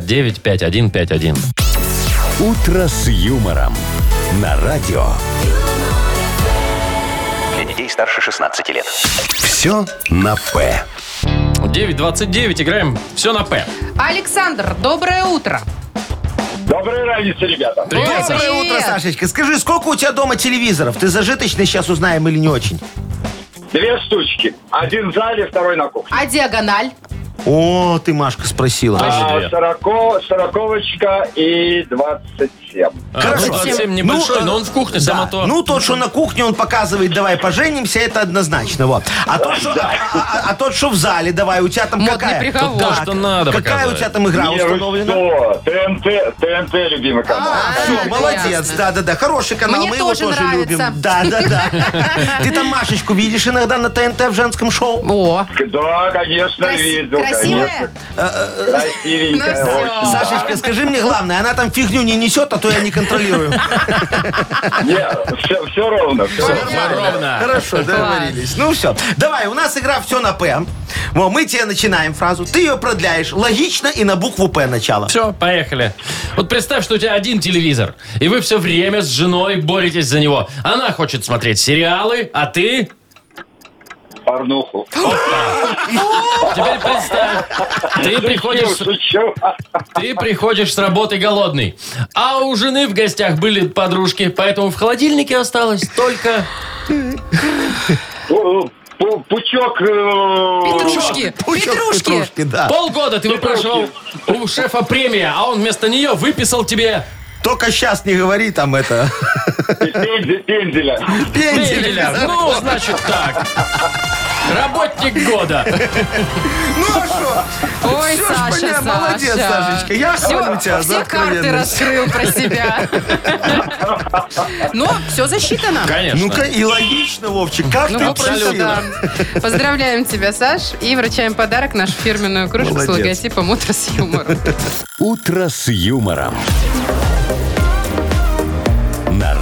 [SPEAKER 2] 8017-269-5151.
[SPEAKER 1] «Утро с юмором» на радио.
[SPEAKER 5] Для детей старше 16 лет.
[SPEAKER 1] Все на «П».
[SPEAKER 2] 9.29, играем все на П.
[SPEAKER 3] Александр, доброе утро.
[SPEAKER 8] Доброе разница, ребята.
[SPEAKER 2] Привет, Саш.
[SPEAKER 4] Доброе утро,
[SPEAKER 3] Привет.
[SPEAKER 4] Сашечка. Скажи, сколько у тебя дома телевизоров? Ты зажиточный, сейчас узнаем или не очень?
[SPEAKER 8] Две штучки. Один в зале, второй на кухне.
[SPEAKER 3] А диагональ?
[SPEAKER 4] О, ты, Машка, спросила.
[SPEAKER 2] Тоже две.
[SPEAKER 8] А Сороко, сороковочка и двадцать семь.
[SPEAKER 4] хорошо.
[SPEAKER 2] Ну, 27 небольшой,
[SPEAKER 4] Ну, э,
[SPEAKER 2] но он в кухне,
[SPEAKER 4] Да.
[SPEAKER 2] сама то.
[SPEAKER 4] Ну, тот, что на кухне, он показывает, давай поженимся, это однозначно. Вот. А тот, что, а, а- а тот, что в зале, давай, у тебя там
[SPEAKER 3] Модный
[SPEAKER 4] какая?
[SPEAKER 3] приговор.
[SPEAKER 2] Тут то, что надо
[SPEAKER 4] Какая
[SPEAKER 2] показывает.
[SPEAKER 4] у тебя там игра
[SPEAKER 8] Не, вы
[SPEAKER 4] установлена?
[SPEAKER 8] что? ТНТ, ТНТ, любимый *laughs* канал.
[SPEAKER 3] А,
[SPEAKER 4] Всё,
[SPEAKER 3] ясно.
[SPEAKER 4] молодец, да-да-да, хороший канал,
[SPEAKER 3] Мне
[SPEAKER 4] мы его
[SPEAKER 3] тоже
[SPEAKER 4] тоже
[SPEAKER 3] нравится.
[SPEAKER 4] любим. Да-да-да. Ты там Машечку видишь иногда на ТНТ в женском шоу?
[SPEAKER 3] О,
[SPEAKER 8] Да, конечно,
[SPEAKER 3] краси-
[SPEAKER 8] видел. конечно.
[SPEAKER 3] красивая?
[SPEAKER 8] Красивенькая.
[SPEAKER 3] Ну
[SPEAKER 8] очень.
[SPEAKER 3] всё.
[SPEAKER 4] Сашечка, скажи мне главное, она там фигню не несет, а то я не контролирую.
[SPEAKER 8] Не, все, все ровно. Все ровно.
[SPEAKER 2] Ровно.
[SPEAKER 4] Хорошо, договорились. Ну все, давай, у нас игра все на П. Во, мы тебе начинаем фразу, ты ее продляешь логично и на букву П начало.
[SPEAKER 2] Все, поехали. Вот представь, что у тебя один телевизор, и вы все время с женой боретесь за него. Она хочет смотреть сериалы, а ты...
[SPEAKER 8] Порнуху.
[SPEAKER 2] Теперь представь, ты приходишь, с-
[SPEAKER 8] Шучу.
[SPEAKER 2] ты приходишь с работы голодный, а у жены в гостях были подружки, поэтому в холодильнике осталось только...
[SPEAKER 8] Пу- пу- Пучок. э,
[SPEAKER 4] *laughs*
[SPEAKER 3] Петрушки,
[SPEAKER 4] Пучок
[SPEAKER 3] петрушки.
[SPEAKER 4] петрушки, да.
[SPEAKER 2] Полгода ты выпрашивал у шефа премия, а он вместо нее выписал тебе...
[SPEAKER 4] Только сейчас не говори там это.
[SPEAKER 8] пендель- Пенделя.
[SPEAKER 2] Пенделя.
[SPEAKER 4] Пенделя.
[SPEAKER 2] Ну, значит так. Работник года.
[SPEAKER 4] Ну а что?
[SPEAKER 3] Ой,
[SPEAKER 4] Всё ж
[SPEAKER 3] Саша,
[SPEAKER 4] поня-
[SPEAKER 3] Саша.
[SPEAKER 4] Молодец, Сашечка. Я хвалю тебя
[SPEAKER 3] Все,
[SPEAKER 4] за
[SPEAKER 3] все карты
[SPEAKER 4] откровенность.
[SPEAKER 3] раскрыл про
[SPEAKER 4] *laughs*
[SPEAKER 3] себя. Но все засчитано.
[SPEAKER 2] Конечно.
[SPEAKER 4] Ну-ка, и логично, Вовчик, как
[SPEAKER 3] Ну,
[SPEAKER 4] ты
[SPEAKER 3] в общем-то,
[SPEAKER 4] просила.
[SPEAKER 3] да. Поздравляем тебя, Саш, и вручаем подарок нашу фирменную кружку с
[SPEAKER 4] Молодец.
[SPEAKER 3] логотипом «Утро с юмором».
[SPEAKER 1] «Утро с юмором». На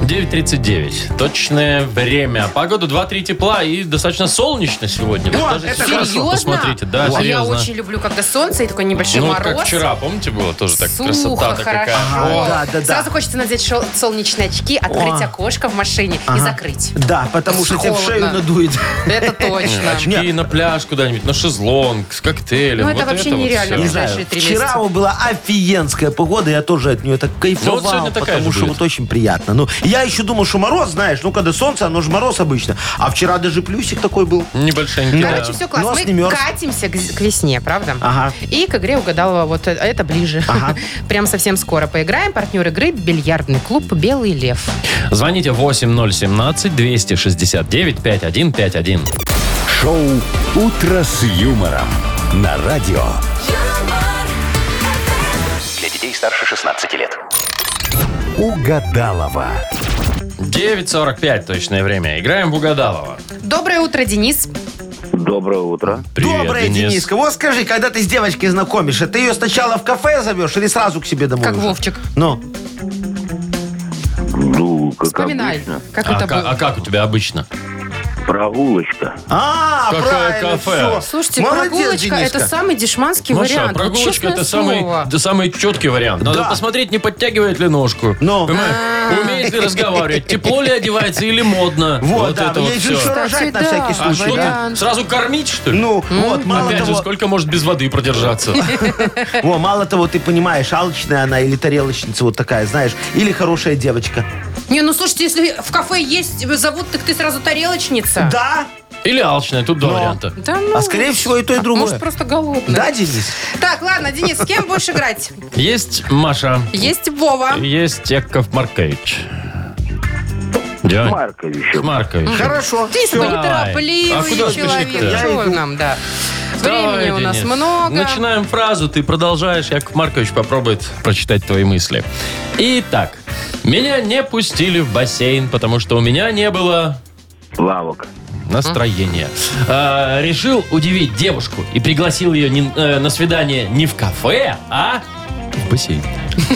[SPEAKER 2] 9.39. Точное время. Погода 2-3 тепла и достаточно солнечно сегодня. Вот
[SPEAKER 4] О,
[SPEAKER 2] даже
[SPEAKER 4] это
[SPEAKER 2] сейчас
[SPEAKER 4] хорошо.
[SPEAKER 3] Серьезно?
[SPEAKER 2] Посмотрите, да,
[SPEAKER 3] А я
[SPEAKER 2] серьезно.
[SPEAKER 3] очень люблю, когда солнце и такой небольшой
[SPEAKER 2] ну, вот
[SPEAKER 3] мороз.
[SPEAKER 2] как вчера, помните, было тоже так
[SPEAKER 3] Сухо,
[SPEAKER 2] красота-то какая.
[SPEAKER 3] хорошо.
[SPEAKER 4] А, Да, да, да.
[SPEAKER 3] Сразу хочется надеть шел- солнечные очки, открыть
[SPEAKER 4] О.
[SPEAKER 3] окошко в машине и закрыть.
[SPEAKER 4] Да, потому что тебе в шею
[SPEAKER 3] Холодно.
[SPEAKER 4] надует.
[SPEAKER 3] Это точно.
[SPEAKER 2] Очки на пляж куда-нибудь, на шезлонг, с коктейлем.
[SPEAKER 3] Ну, это
[SPEAKER 2] вот
[SPEAKER 3] вообще
[SPEAKER 2] вот
[SPEAKER 3] нереально.
[SPEAKER 2] всё.
[SPEAKER 3] Не знаю. ближайшие три
[SPEAKER 4] Вчера
[SPEAKER 3] месяца.
[SPEAKER 4] была офигенская погода, я тоже от нее так кайфовал,
[SPEAKER 2] Ну, сегодня такая
[SPEAKER 4] потому
[SPEAKER 2] же
[SPEAKER 4] что
[SPEAKER 2] будет.
[SPEAKER 4] вот очень приятно. Ну, я еще думал, что мороз, знаешь, ну когда солнце, оно же мороз обычно. А вчера даже плюсик такой был.
[SPEAKER 2] Небольшенький, да.
[SPEAKER 3] Короче, все класс.
[SPEAKER 4] Нос не
[SPEAKER 3] Мы
[SPEAKER 4] мерз.
[SPEAKER 3] катимся к, з- к весне, правда?
[SPEAKER 4] Ага.
[SPEAKER 3] И к игре угадалова вот э- это ближе. *laughs* Прям совсем скоро поиграем. Партнер игры – бильярдный клуб «Белый лев».
[SPEAKER 2] Звоните 8017-269-5151.
[SPEAKER 1] Шоу «Утро с юмором» на радио.
[SPEAKER 5] Для детей старше 16 лет.
[SPEAKER 1] Угадалова.
[SPEAKER 2] 9.45 точное время. Играем в Угадалова.
[SPEAKER 3] Доброе утро, Денис.
[SPEAKER 8] Доброе утро.
[SPEAKER 2] Привет,
[SPEAKER 4] Добрая
[SPEAKER 2] Денис.
[SPEAKER 4] Дениска. Вот скажи, когда ты с девочкой знакомишься, ты ее сначала в кафе зовешь или сразу к себе домой?
[SPEAKER 3] Как
[SPEAKER 4] уже?
[SPEAKER 3] Вовчик.
[SPEAKER 4] Ну,
[SPEAKER 8] Ну, как
[SPEAKER 3] Вспоминай. Как
[SPEAKER 2] А,
[SPEAKER 3] это
[SPEAKER 2] ка- а
[SPEAKER 3] было?
[SPEAKER 2] как у тебя обычно?
[SPEAKER 6] Прогулочка.
[SPEAKER 4] А,
[SPEAKER 2] Какое
[SPEAKER 4] правильно,
[SPEAKER 2] кафе?
[SPEAKER 4] всё.
[SPEAKER 3] Слушайте,
[SPEAKER 4] Молодец,
[SPEAKER 3] прогулочка
[SPEAKER 4] Дениска.
[SPEAKER 3] это самый дешманский
[SPEAKER 2] Маша,
[SPEAKER 3] вариант. Вот
[SPEAKER 2] Ну прогулочка
[SPEAKER 3] честное
[SPEAKER 2] это самый,
[SPEAKER 3] слово.
[SPEAKER 2] да, самый четкий вариант. Надо
[SPEAKER 4] Да.
[SPEAKER 2] посмотреть, не подтягивает ли ножку.
[SPEAKER 4] Ну.
[SPEAKER 2] Понимаешь? Умеет ли разговаривать, тепло ли одевается или модно.
[SPEAKER 4] Вот, да,
[SPEAKER 2] это вот
[SPEAKER 4] ей же еще
[SPEAKER 2] все.
[SPEAKER 4] рожать на
[SPEAKER 3] Кстати, да.
[SPEAKER 4] всякий
[SPEAKER 2] А что
[SPEAKER 4] случай, да?
[SPEAKER 2] ты, сразу кормить, что ли?
[SPEAKER 4] Ну, вот, мало
[SPEAKER 2] Опять же,
[SPEAKER 4] того,
[SPEAKER 2] сколько может без воды
[SPEAKER 3] *laughs*
[SPEAKER 2] продержаться?
[SPEAKER 4] во, мало того, ты понимаешь, алчная она или тарелочница вот такая, знаешь, или хорошая девочка.
[SPEAKER 3] Не, ну слушайте, если в кафе есть зовут, так ты сразу тарелочница.
[SPEAKER 4] Да?
[SPEAKER 2] Или алчная, тут два
[SPEAKER 4] Но.
[SPEAKER 2] варианта.
[SPEAKER 3] Да ну.
[SPEAKER 4] А скорее всего и то, и
[SPEAKER 3] Может,
[SPEAKER 4] другое.
[SPEAKER 3] просто голодный.
[SPEAKER 4] Да, Денис?
[SPEAKER 3] Так, ладно, Денис, с кем
[SPEAKER 2] *laughs*
[SPEAKER 3] будешь играть?
[SPEAKER 2] Есть Маша,
[SPEAKER 3] Есть Вова.
[SPEAKER 2] есть Яков Маркович. Дядь.
[SPEAKER 6] Маркович.
[SPEAKER 2] Маркович.
[SPEAKER 4] Хорошо.
[SPEAKER 3] Ты
[SPEAKER 4] всё.
[SPEAKER 3] такой неторопливый
[SPEAKER 2] А куда
[SPEAKER 3] человек.
[SPEAKER 2] спешить-то?
[SPEAKER 3] Чего
[SPEAKER 4] Я иду.
[SPEAKER 3] нам, да.
[SPEAKER 2] Давай,
[SPEAKER 3] Времени у нас
[SPEAKER 2] Денис.
[SPEAKER 3] много.
[SPEAKER 2] Начинаем фразу, ты продолжаешь. Яков Маркович попробует прочитать твои мысли. Итак, меня не пустили в бассейн, потому что у меня не было
[SPEAKER 6] Лавок.
[SPEAKER 2] настроения. А, решил удивить девушку и пригласил ее не- э, на свидание не в кафе, а в бассейн.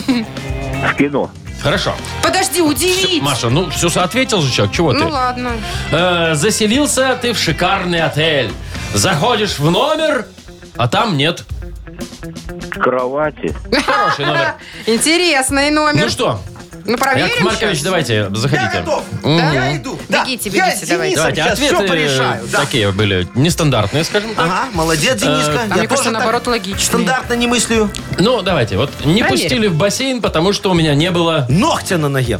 [SPEAKER 6] В кино.
[SPEAKER 2] Хорошо.
[SPEAKER 3] Подожди,
[SPEAKER 2] Всё,
[SPEAKER 3] удивить.
[SPEAKER 2] Маша, ну все ответил же человек, чего ты?
[SPEAKER 3] ну ладно.
[SPEAKER 2] Э, заселился ты в шикарный отель. Заходишь в номер, а там нет.
[SPEAKER 6] Кровати.
[SPEAKER 2] Хороший
[SPEAKER 4] *laughs*
[SPEAKER 2] номер.
[SPEAKER 3] Интересный номер.
[SPEAKER 2] Ну что,
[SPEAKER 3] Ну, проверим
[SPEAKER 2] Яков Маркович,
[SPEAKER 3] щас.
[SPEAKER 2] давайте, заходите.
[SPEAKER 4] Я готов.
[SPEAKER 2] Мгм.
[SPEAKER 4] Я иду. Да.
[SPEAKER 3] Бегите,
[SPEAKER 4] Я
[SPEAKER 3] бегите,
[SPEAKER 4] с
[SPEAKER 3] давайте.
[SPEAKER 4] Денисом
[SPEAKER 2] Давайте,
[SPEAKER 4] сейчас
[SPEAKER 2] ответы
[SPEAKER 4] все порешаю.
[SPEAKER 2] э,
[SPEAKER 4] да.
[SPEAKER 2] такие Э, были нестандартные, скажем так.
[SPEAKER 4] Ага, молодец, Дениска.
[SPEAKER 3] А мне кажется,
[SPEAKER 4] так
[SPEAKER 3] наоборот, логичный.
[SPEAKER 4] Стандартно не мыслю.
[SPEAKER 2] Ну, давайте, вот не
[SPEAKER 3] Проверим.
[SPEAKER 2] пустили в бассейн, потому что у меня не было
[SPEAKER 4] Ногтя на ноге.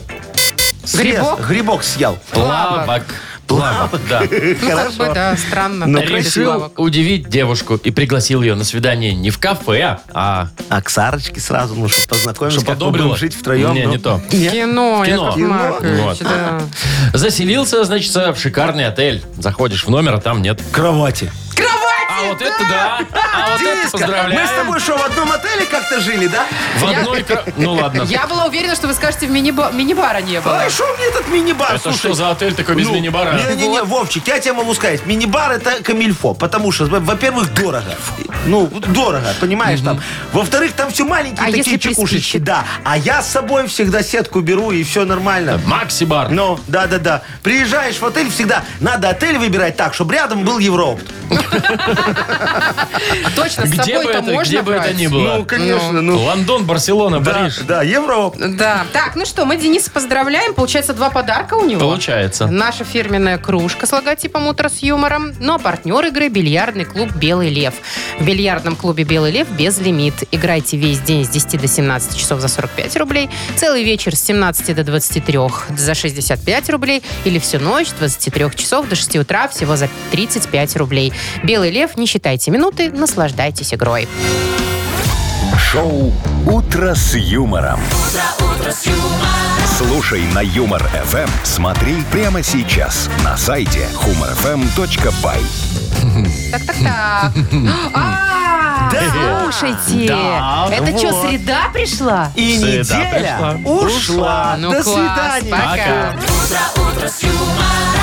[SPEAKER 3] Грибок?
[SPEAKER 4] Срез- Грибок съел.
[SPEAKER 2] плавок. Плавок, да.
[SPEAKER 3] Ну, как бы, да, странно.
[SPEAKER 4] Ну,
[SPEAKER 3] Так, без
[SPEAKER 2] Решил
[SPEAKER 3] лавок.
[SPEAKER 2] удивить девушку и пригласил ее на свидание не в кафе, а
[SPEAKER 4] А к Сарочке сразу, ну, чтобы познакомиться,
[SPEAKER 2] Чтоб
[SPEAKER 4] как мы
[SPEAKER 2] одобрила.
[SPEAKER 4] будем жить втроем.
[SPEAKER 2] Не,
[SPEAKER 4] ну.
[SPEAKER 2] не то.
[SPEAKER 4] Нет.
[SPEAKER 3] Кино,
[SPEAKER 2] Кино.
[SPEAKER 3] Яков
[SPEAKER 2] Кино.
[SPEAKER 3] Маркович,
[SPEAKER 2] Вот.
[SPEAKER 3] да.
[SPEAKER 2] заселился, значит, в шикарный отель. Заходишь в номер, а там нет.
[SPEAKER 4] Кровати.
[SPEAKER 2] А вот это да! А вот это
[SPEAKER 4] Дениска, мы с
[SPEAKER 2] поздравляем!
[SPEAKER 4] тобой что, в одном отеле как-то жили, да?
[SPEAKER 2] В одной... кра- Ну ладно.
[SPEAKER 3] Я была уверена, что вы скажете, в мини-ба- мини-бара не было.
[SPEAKER 4] А что мне этот мини-бар?
[SPEAKER 2] Это
[SPEAKER 4] Слушай,
[SPEAKER 2] что за отель такой без
[SPEAKER 4] ну,
[SPEAKER 2] мини-бара?
[SPEAKER 4] Не-не-не, Вовчик, я тебе могу сказать, мини-бар это камильфо, потому что, во-первых, дорого. Ну, дорого, понимаешь, там. Во-вторых, там все маленькие
[SPEAKER 3] А если
[SPEAKER 4] такие чекушечки,
[SPEAKER 3] приспичит?
[SPEAKER 4] да. А я с собой всегда сетку беру, и все нормально.
[SPEAKER 2] Макси-бар.
[SPEAKER 4] Ну, да-да-да. Приезжаешь в отель, всегда надо отель выбирать так, чтобы рядом был Европт.
[SPEAKER 3] А Точно, с
[SPEAKER 2] Где бы
[SPEAKER 3] собой-то
[SPEAKER 2] это,
[SPEAKER 3] можно
[SPEAKER 2] где бы это
[SPEAKER 3] брать?
[SPEAKER 2] ни было.
[SPEAKER 4] Ну,
[SPEAKER 2] Ну,
[SPEAKER 4] конечно,
[SPEAKER 2] Лондон, Барселона,
[SPEAKER 4] Да,
[SPEAKER 2] Париж.
[SPEAKER 4] да, Европт.
[SPEAKER 3] Да. Так, ну что, мы Дениса поздравляем. Получается, два подарка у него.
[SPEAKER 2] Получается.
[SPEAKER 3] Наша фирменная кружка с логотипом «Утро с юмором». Ну а партнер игры – бильярдный клуб «Белый лев». В бильярдном клубе «Белый лев» без лимит. Играйте весь день с 10 до 17 часов за 45 рублей, целый вечер с 17 до 23 за 65 рублей или всю ночь с 23 часов до 6 утра всего за 35 рублей. «Белый лев» – не считайте минуты, наслаждайтесь игрой.
[SPEAKER 1] Шоу «Утро с юмором». Слушай на Юмор ФМ. Смотри прямо сейчас на сайте humorfm.by.
[SPEAKER 3] Так-так-так.
[SPEAKER 4] *laughs*
[SPEAKER 3] А, Слушайте,
[SPEAKER 2] Да,
[SPEAKER 3] это что,
[SPEAKER 4] вот.
[SPEAKER 3] среда пришла?
[SPEAKER 4] И
[SPEAKER 2] Среда
[SPEAKER 4] неделя
[SPEAKER 2] пришла.
[SPEAKER 4] ушла.
[SPEAKER 3] Ну,
[SPEAKER 4] До
[SPEAKER 3] класс,
[SPEAKER 4] свидания.
[SPEAKER 3] Пока.
[SPEAKER 2] Пока.
[SPEAKER 9] Утро, утро с юмором.